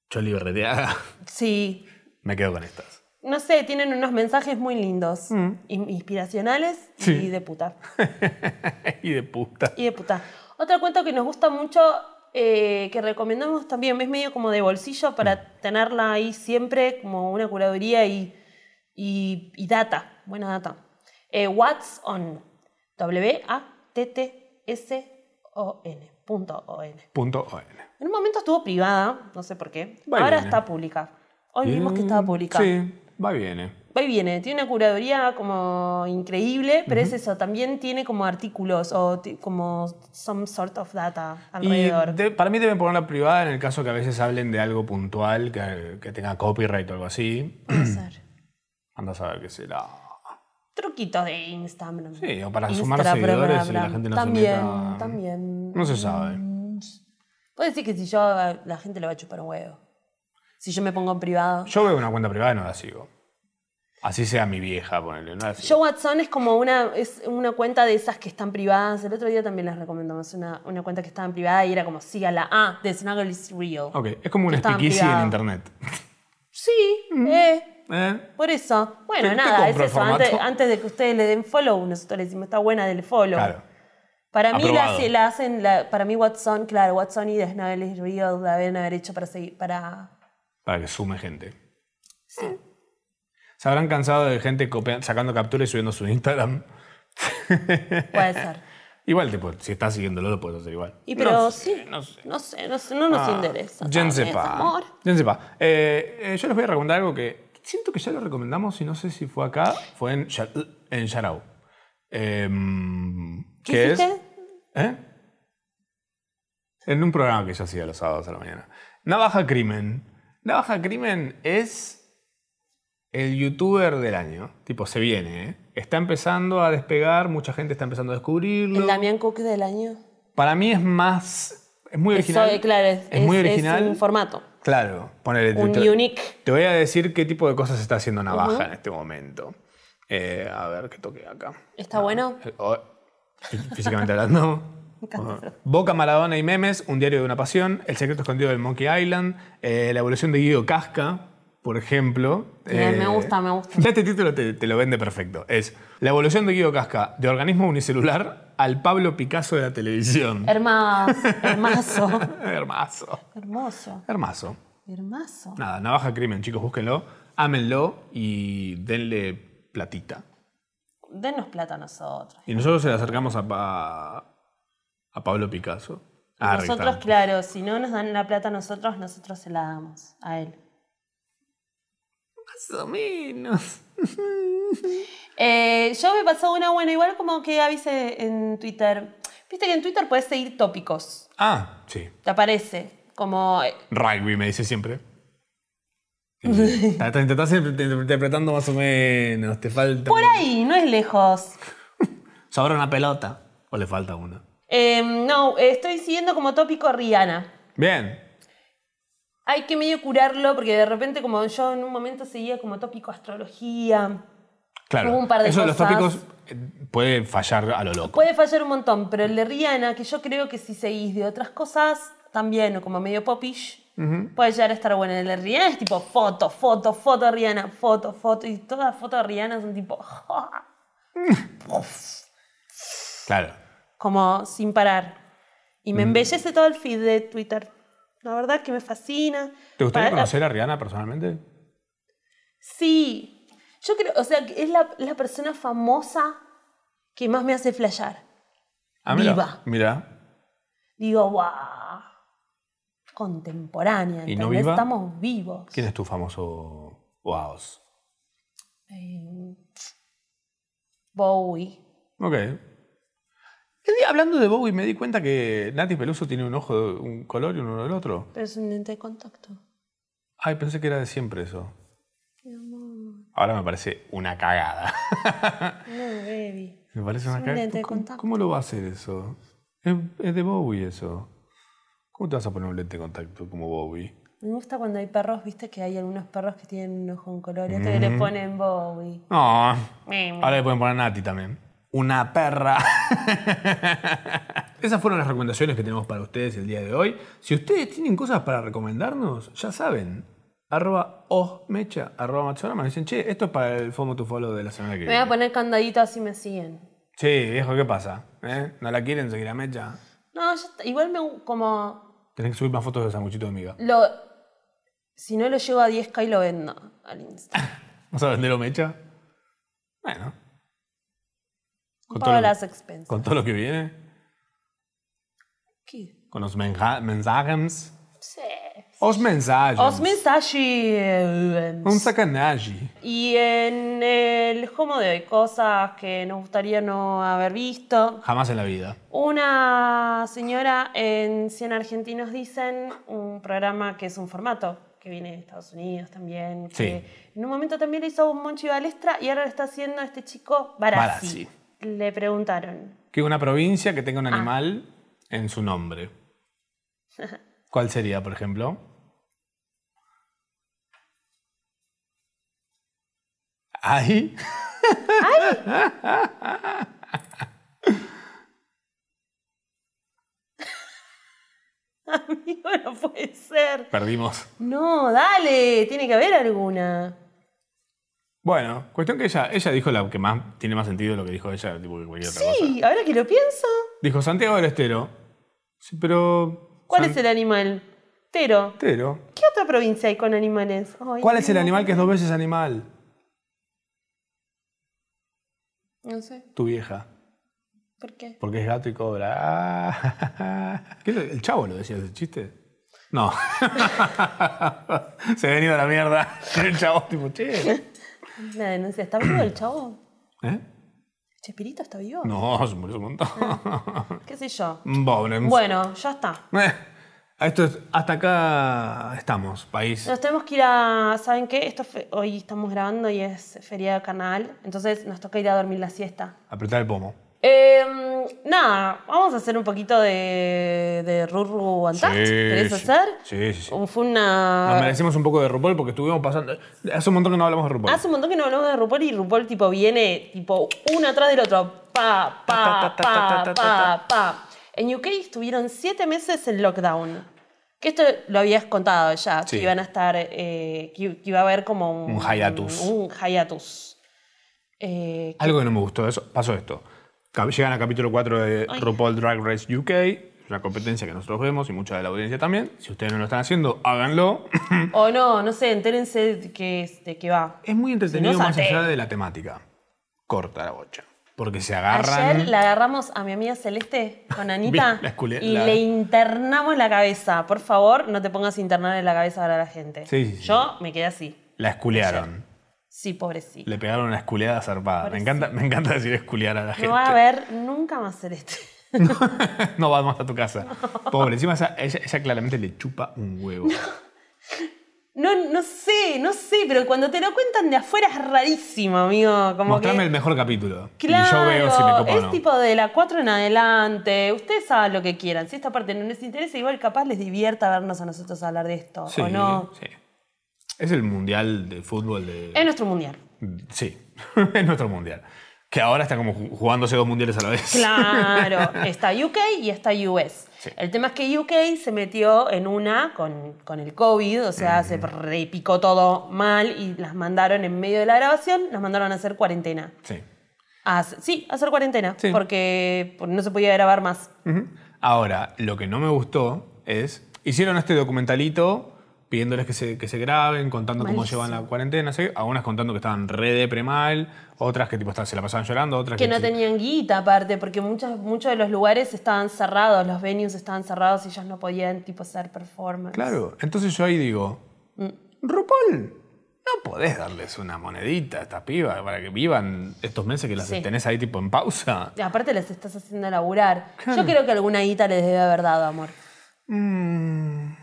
Choli berreteada. *laughs*
Sí.
Me quedo con estas. *laughs*
No sé, tienen unos mensajes muy lindos, in- inspiracionales
Mm. Sí.
y de puta.
y de puta.
Y de puta. Otra cuenta que nos gusta mucho, eh, que recomendamos también, es medio como de bolsillo para
Mm.
tenerla ahí siempre como una curaduría y, y, y data, buena data. Eh, What's on, W-A-T-T-S-O-N, punto O-N.
Punto ON.
En un momento estuvo privada, no sé por qué.
Va y
Ahora
viene.
está pública. Hoy vimos que
Mm,
estaba pública.
Sí, va y viene.
Va y viene, tiene una curaduría como increíble, pero es eso, también tiene como artículos o ti- como some sort of data
Y *clears throat*
alrededor.
de- para mí deben ponerla privada en el caso que a veces hablen de algo puntual, que, que tenga copyright o algo así.
Puede ser.
Anda a saber qué será.
Truquitos de Instagram.
Sí, o para
Instagram,
sumar seguidores y
Instagram.
la gente no
también,
se meta.
También,
No se sabe.
Puede decir que si yo, la gente le va a chupar un huevo. Si yo me pongo en privado.
Yo veo una cuenta privada y no la sigo. Así sea mi vieja, ponele. No la sigo.
Joe Watson es como una, es una cuenta de esas que están privadas. El otro día también les recomendamos una, una cuenta que estaba en privada y era como, sígala. Ah, The Snuggle is Real.
Ok, es como un
Está
speakeasy en
ampliado.
internet.
Sí, eh,
¿Eh?
por eso. Bueno,
Te- te
nada, es
compro el
eso. Antes,
formato.
antes de que ustedes le den follow, nosotros le decimos, está buena del follow.
Claro.
Para mí la,
Aprobado.
la hacen, la- para mí Watson, claro, Watson y The Snuggle is Real la deben haber hecho para seguir, para...
Para que sume gente. Se habrán cansado de gente copi- sacando capturas y subiendo su Instagram. *laughs*
Puede ser.
Igual, tipo, si estás siguiéndolo, lo puedes hacer igual.
Y pero
No
sí,
sé, no sé.
no sé, no sé, no nos
Ah,
interesa.
Jen
¿sabes,
sepa.
amor?
Jen sepa. Eh, eh, yo les voy a recomendar algo que siento que ya lo recomendamos y no sé si fue acá. Fue en, Sha- en Yarao. Em,
¿Qué
que es-
hiciste?
¿Eh? en un programa que yo hacía los sábados a la mañana. Navaja Crimen. Navaja Crimen es el youtuber del año. Tipo, se viene, ¿eh? Está empezando a despegar, mucha gente está empezando a descubrirlo.
El Damián Cook del año.
Para mí es más. Es muy
Eso,
original.
eh, claro, es,
es muy
es- es
original.
un formato.
Claro, ponele.
Un
te-
unique.
Te voy a decir qué tipo de cosas está haciendo Navaja en este momento. Eh, a ver qué toque acá.
¿Está bueno?
Eh, oh, fí- físicamente
*laughs*
hablando. Ajá. Boca, Maradona y Memes, Un diario de una pasión, El secreto escondido del Monkey Island, eh, La evolución de Guido Casca, por ejemplo. eh,
Bien, Eh, me gusta, me gusta.
Ya este título te, te lo vende perfecto. Es La evolución de Guido Casca, de organismo unicelular al Pablo Picasso de la televisión.
Eh. Hermoso, hermoso,
*laughs* Hermazo.
hermoso,
Hermazo.
hermoso.
Nada, Navaja Crimen, chicos, búsquenlo, ámenlo y denle platita.
Denos plata a nosotros.
Y nosotros se la acercamos a, Pa- a Pablo Picasso. Ah, ahí
nosotros,
está.
claro, si no nos dan la plata a nosotros, nosotros se la damos a él.
Más o menos.
Eh, yo me pasó una buena, igual como que avise en Twitter. Viste que en Twitter puedes seguir tópicos.
Ah, sí.
Te aparece como eh,
Rugby me dice siempre.
*laughs*
Estás estás interpretando más o menos, te falta.
por ahí, no es lejos.
¿Sobra una pelota? ¿O le falta una?
Eh, no, eh, estoy siguiendo como tópico Rihanna.
Bien.
Hay que medio curarlo porque de repente como yo en un momento seguía como tópico astrología.
Claro.
Hubo un par de
Eso de los
cosas.
tópicos eh, puede fallar a lo loco.
Puede fallar un montón, pero el de Rihanna, que yo creo que si seguís de otras cosas, también, o como medio popish, puede llegar a estar bueno. El de Rihanna es tipo foto, foto, foto de Rihanna, foto, foto, y todas las fotos de Rihanna son tipo, Pues,
Claro.
como sin parar. Y
Mm.
me embellece todo el feed de Twitter. La verdad que me fascina.
¿Te gustaría
Para-
conocer a Rihanna personalmente?
Sí. Yo creo, o sea, que es la, la persona famosa que más me hace flashear.
Ah, mira.
Viva.
Mira.
Digo, wow. Contemporánea,
¿Y no
¿entendés?
viva?
Estamos vivos.
¿Quién es tu famoso wow?
Eh, Bowie.
Ok. El día- Hablando de Bowie, me di cuenta que Nati Peluso tiene un ojo de un color y uno del otro.
Pero es un lente de contacto.
Ay, pensé que era de siempre eso.
Mi amor.
Ahora me parece una cagada. *laughs*
No, baby.
me parece
Es
una
un
cagada.
lente de
¿Cómo,
contacto.
cómo lo va a hacer eso? Es, es de Bowie eso. ¿Cómo te vas a poner un lente de contacto como Bowie?
Me gusta cuando hay perros, viste que hay algunos perros que tienen un ojo en color y otros que le ponen Bowie.
No.
Mm.
Ahora le pueden poner Nati también. Una perra. *laughs* Esas fueron las recomendaciones que tenemos para ustedes el día de hoy. Si ustedes tienen cosas para recomendarnos, ya saben. Arroba osmecha, arroba machorama. Dicen, che, esto es para el FOMO to follow de la semana que
Me voy a
viene.
poner candadito así me siguen.
Sí, viejo, ¿qué pasa? ¿Eh? ¿No la quieren seguir a Mecha?
No, yo t- igual me gu- como
Tenés que subir más fotos de sanguchito de miga.
lo si no lo llevo a 10k y lo vendo al Insta.
¿Vas a venderlo Mecha? Bueno, *laughs* Con todo
No
lo-
Pago las expensas.
con todo lo que viene,
¿Qué?
con los menja- mensajes.
Sí.
Os mensajes.
Os mensajes.
Un sacanaji.
eh, Y en el homo de hoy, cosas que nos gustaría no haber visto.
Jamás en la vida.
Una señora en 100 argentinos dicen un programa que es un formato que viene de Estados Unidos también. que En un momento también lo hizo Monchi Balestra y ahora lo está haciendo este chico Barassi.
Barassi.
Le preguntaron. *laughs*
Que una provincia que
Ah.
tenga un animal en su
*laughs*
nombre. ¿Cuál sería, por ejemplo? ¿Ay?
Amigo, no puede ser.
Perdimos.
No, dale, tiene que haber alguna.
Bueno, cuestión que ella, ella dijo la que más tiene más sentido lo que dijo ella, tipo que cualquier otra cosa.
Sí, ahora que lo pienso.
Dijo Santiago del Estero. Sí, pero.
¿Cuál es el animal? Tero.
Estero.
¿Qué otra provincia hay con animales? Ay,
¿Cuál es el
no.
animal que es dos veces animal?
No sé,
Tu vieja.
¿por qué?
Porque es gato y cobra. Ah, ¿qué es lo- ¿El chavo lo decía ese chiste? No. *laughs* Se ha venido a la *laughs* mierda. El chavo, tipo, che.
La denuncia, ¿está vivo el chavo?
¿Eh?
¿Chespirito está vivo?
No, se murió un montón.
¿Qué sé yo?
Bueno,
Bueno, ya está.
Eh, esto es- hasta acá estamos, país.
Nos tenemos que ir a. ¿Saben qué? Esto fe- hoy estamos grabando y es feria de canal. Entonces nos toca ir a dormir la siesta.
Apretar el pomo.
Eh, nada, vamos a hacer un poquito de, de Ruru Untouched.
Sí,
¿Querés
sí.
hacer?
Sí, sí, sí.
O Fue
Nos
una.
merecemos un poco de RuPaul porque estuvimos pasando. Hace un montón que no hablamos de RuPaul.
Hace un montón que no hablamos de RuPaul y RuPaul tipo viene tipo uno atrás del otro. Pa, pa, pa, pa, pa. En UK estuvieron siete meses en lockdown. Que esto lo habías contado ya,
Sí.
que iban a estar, eh, que, que iba a haber como un,
Un hiatus.
Un, hiatus. Eh,
Algo que no me gustó de eso, pasó esto. Cap- Llegan a capítulo 4 de RuPaul Drag Race UK, una competencia que nosotros vemos y mucha de la audiencia también. Si ustedes no lo están haciendo, háganlo. *clears throat*
o no, no sé, entérense de qué, es- de qué va.
Es muy entretenido
Si no,
más
salte.
allá de la temática. Corta la bocha. Porque se agarran.
Ayer la agarramos a mi amiga Celeste
*laughs*
con Anita
Vi la esculé-
y
la-
le internamos la cabeza. Por favor, no te pongas a internar en la cabeza ahora a la gente.
Sí, sí, sí.
Yo me quedé así.
La esculearon.
Sí, pobrecita.
Le pegaron una esculeada zarpada. Me
Pobrecito.
encanta, me encanta decir esculear a la gente.
No va a ver nunca más Celeste.
*laughs*
*laughs*
no vamos a tu casa. Pobre, encima esa- ella, ella claramente le chupa un huevo.
No, no sé, no sé, pero cuando te lo cuentan de afuera es rarísimo, amigo. Como
Mostrame
que...
el mejor capítulo.
Claro,
y yo veo si me copa o
es
no.
tipo de la 4 en adelante. Ustedes saben lo que quieran. Si esta parte no les interesa, igual capaz les divierta vernos a nosotros hablar de esto,
Sí,
¿o no?
sí. Es el mundial de fútbol de.
Es nuestro mundial.
Sí, *laughs* es nuestro mundial. Que ahora está como ju- jugándose dos mundiales a la vez.
Claro, está UK y está US.
Sí.
El tema es que UK se metió en una con, con el COVID, o sea, se repicó todo mal y las mandaron en medio de la grabación, las mandaron a hacer cuarentena.
*laughs* Sí.
A hacer- sí, a hacer cuarentena,
Sí.
porque no se podía grabar más.
Ujú. Ahora, lo que no me gustó es. Hicieron este documentalito pidiéndoles que se, que se graben, contando
Malísimo.
cómo llevan la cuarentena. ¿sí? Algunas contando que estaban re depre mal, otras que tipo estaban- se la pasaban llorando, otras que.
Que no tenían guita aparte, porque muchos, muchos de los lugares estaban cerrados, los venues estaban cerrados y ellos no podían tipo hacer performance.
Claro, entonces yo ahí digo, RuPaul, no podés darles una monedita a estas pibas para que vivan estos meses que las
Sí.
tenés ahí tipo en pausa.
Y aparte les estás haciendo laburar. Yo
Claro.
creo que alguna guita les debe haber dado, amor.
Mm,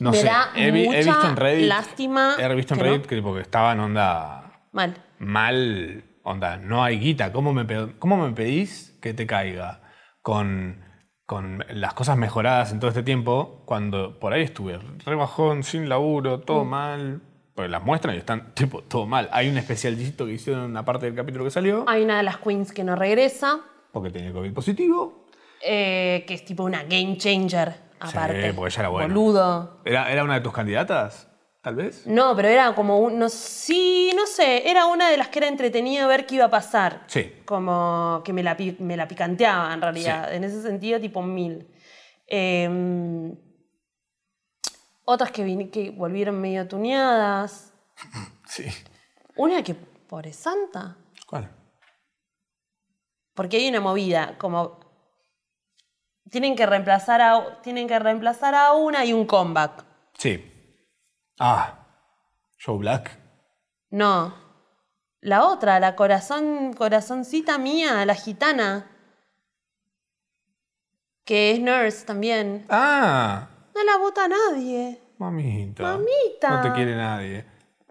No
Me
sé,
da
he, vi- he
mucha
visto en Reddit,
lástima
he visto en
que no.
Reddit que, tipo, que estaban onda
Mal.
mal, onda, no hay guita, ¿cómo me, pe- cómo me pedís que te caiga con, con las cosas mejoradas en todo este tiempo cuando por ahí estuve rebajón, sin laburo, todo mal? Pues las muestran y están tipo todo mal. Hay un especialcito que hicieron en una parte del capítulo que salió
Hay una de las queens que no regresa,
porque tenía COVID positivo.
eh, que es tipo una game changer, aparte.
porque ella era buena.
Boludo.
¿Era, ¿Era una de tus candidatas? Tal vez.
No, pero era como un. No, sí, no sé. Era una de las que era entretenida ver qué iba a pasar.
Sí.
Como que me la, pi- me la picanteaba, en realidad. En ese sentido, tipo mil. Eh, otras que, vin- que volvieron medio tuneadas.
Sí.
Una que, pobre santa.
¿Cuál?
Porque hay una movida, como tienen que reemplazar a, tienen que reemplazar a una y un comeback.
Sí. Ah, Joe Black.
No. La otra, la corazón, corazoncita mía, la gitana. Que es nurse también.
Ah,
No la vota nadie.
Mamita.
Mamita.
No te quiere nadie.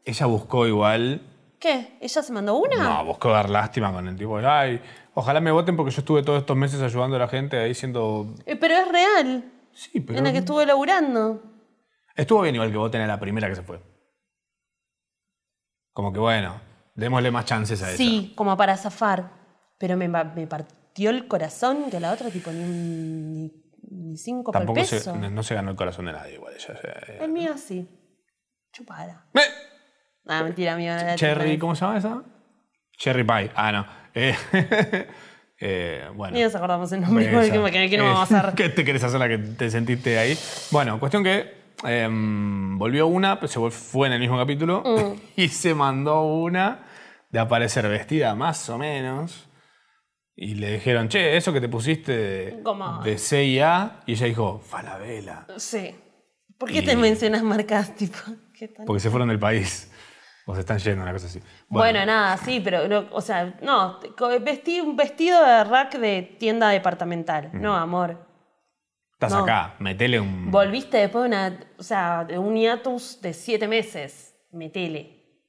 Ella buscó igual.
¿Qué? ¿Ella se mandó una?
No, buscó dar lástima con el tipo. Ay, ojalá me voten porque yo estuve todos estos meses ayudando a la gente ahí siendo.
Eh, Pero es real.
Sí, pero.
En la que estuvo laburando.
Estuvo bien igual que voten a la primera que se fue. Como que bueno, démosle más chances a ella.
Sí, como para zafar. Pero me, ma- me partió el corazón que la otra, tipo, ni, un- ni, ni cinco por
Tampoco se,
peso.
no, no se ganó el corazón de nadie igual ella. o sea, eh.
El mío sí. Chupada.
¡Eh!
Ah, mentira, mío. no la
Cherry,
chupada.
¿cómo se llama esa? Cherry Pie. Ah, no. Eh, *laughs* eh, bueno.
Ni nos acordamos el nombre.
Esa.
porque *laughs* me quedé que no
Eh,
vamos a hacer.
¿Qué te querés hacer la *laughs* que te sentiste ahí? Bueno, cuestión que em, volvió una, pues se vol- fue en el mismo capítulo
Mm.
*laughs* y se mandó una de aparecer vestida más o menos. Y le dijeron, che, eso que te pusiste de,
Como-
de CIA. Y ella dijo, Falabella.
Sí. ¿Por qué
Y-
te mencionas marcas tipo? ¿Qué tal?
Porque se fueron del país. *laughs* O se están yendo, una cosa así.
Bueno, nada, sí, pero, no, o sea, no, co- vestí un vestido de rack de tienda departamental.
Mm.
No, amor.
estás
no.
acá, metele un.
Volviste después de una, o sea, de un hiatus de siete meses. Metele.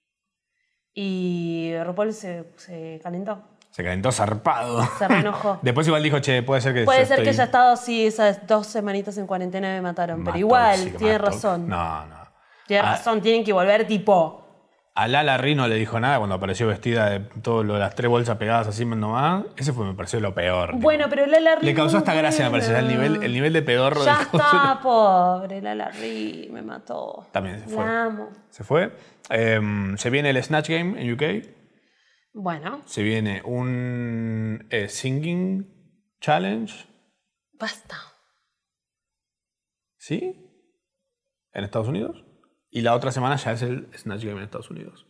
Y RuPaul se, se calentó,
Se calentó
*laughs*
zarpado. *laughs*
se reenojó.
Después igual dijo, che, puede ser que.
Puede
yo
ser que
estoy
haya estado así esas dos semanitas en cuarentena me mataron,
más
pero igual,
tóxico,
tiene
más tóxico".
razón.
No, no.
Tiene
Ah.
razón, tienen que volver tipo.
A Lala Ri no le dijo nada cuando apareció vestida de todo lo de las tres bolsas pegadas así nomás. Ese fue, me pareció lo peor. tipo.
Bueno, pero Lala Ri
Le causó
muy
hasta gracia, me pareció. El
buena.
nivel, el nivel de pedorro
Ya
del coso era-
está, pobre Lala Ri, me mató.
También se fue.
La amo.
Se fue. Em, se viene el Snatch Game en UK.
Bueno,
Se viene un eh, Singing Challenge.
basta.
¿Sí? En Estados Unidos. Y la otra semana ya es el Snatch Game en Estados Unidos.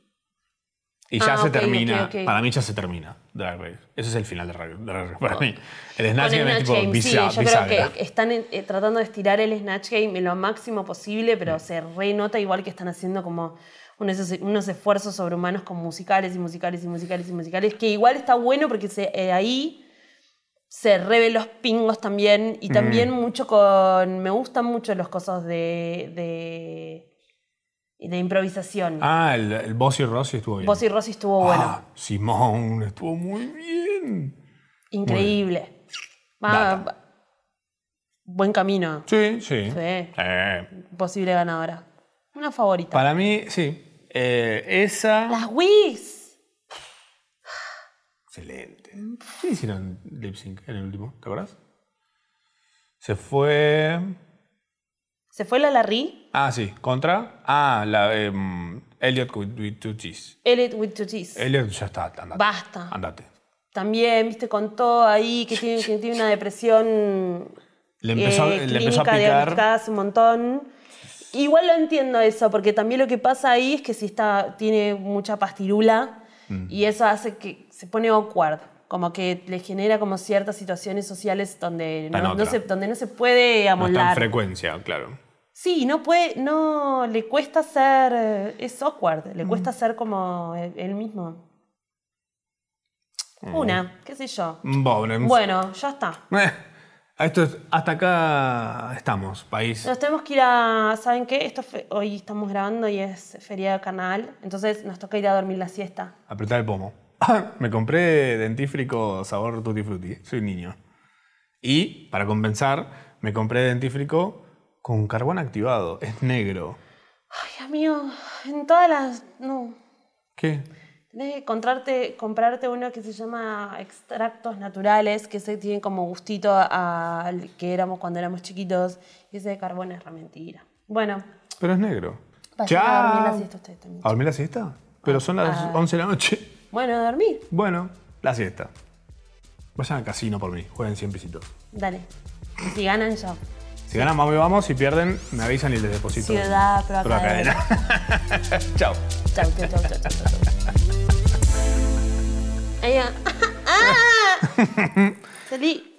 Y ya
Ah,
se
ok,
termina.
ok, ok.
Para mí ya se termina Drag Race. Ese es el final de Drag Drag Race. Para mí. El
Con
Snatch
el
Game es
Snatch
tipo
Game, sí,
bisa-
yo
bisagra.
creo que están eh, tratando de estirar el Snatch Game lo máximo posible,
Mm.
pero se re nota igual que están haciendo como unos, unos esfuerzos sobrehumanos con musicales y musicales y musicales y musicales, que igual está bueno porque se, eh, ahí se re ven los pingos también
Mm.
y también mucho con... Me gustan mucho los cosas de... de, de improvisación.
Ah, el, el Bossy Rossi estuvo bien.
Vos y Rosy estuvo bueno.
Ah, Simón, estuvo muy bien.
Increíble. Va-
Data.
va- buen camino.
Sí, sí.
Sí.
Eh,
Posible ganadora. Una favorita.
para mí, sí. Eh, esa.
Las Wigs.
Excelente. ¿Qué hicieron lip sync en el último? ¿Te acuerdas? Se fue.
¿Se fue la Larry?
Ah, sí, contra. Ah, la. em, Elliot with, with two cheese.
Elliot with two cheese.
Elliot ya está, andate.
Basta.
Andate.
También, viste, contó ahí que tiene, que tiene una depresión
Le empezó,
eh,
le empezó a
clínica
picar.
diagnosticada hace un montón. Igual lo entiendo eso, porque también lo que pasa ahí es que si está, tiene mucha pastirula
Mm.
y eso hace que se pone awkward, como que le genera como ciertas situaciones sociales donde,
Está en
no, no
otra.
se, donde no se puede
No está en
amoldar.
frecuencia, claro.
sí, no puede, no, le cuesta ser, eh, es awkward, le cuesta ser como él, él mismo. Una, qué sé yo.
Boblems.
Bueno, ya está.
Eh, esto es- hasta acá estamos, país.
Nos tenemos que ir a. ¿Saben qué? Esto fue- hoy estamos grabando y es feria de canal. Entonces nos toca ir a dormir la siesta.
Apretar el pomo. *laughs* Me compré dentífrico sabor tutti frutti. eh, Soy un niño. Y, para compensar, me compré dentífrico con carbón activado. Es negro.
Ay, amigo, en todas las. No.
¿Qué?
Tenés que comprarte, comprarte uno que se llama extractos naturales, que se tiene como gustito al que éramos cuando éramos chiquitos. Y ese de carbón es re mentira. Bueno,
Pero es negro.
vayan a dormir la
Chao.
siesta ustedes también.
¿A dormir la siesta? Pero son las 11 de la noche. *laughs*
Bueno, a dormir.
Bueno, la siesta. Vayan al casino por mí. Jueguen 100 pesitos.
Dale. Y Si ganan, yo.
Si ganan, vamos y vamos. Si pierden, me avisan y les deposito.
Ciudad,
Pro
Proa Cadena.
Cadena. *laughs* Chao.
Chau, chau, chau, chau, chau, chau, chau.
*laughs* *laughs*
Ay, *laughs* ah, ah, ah. Salí.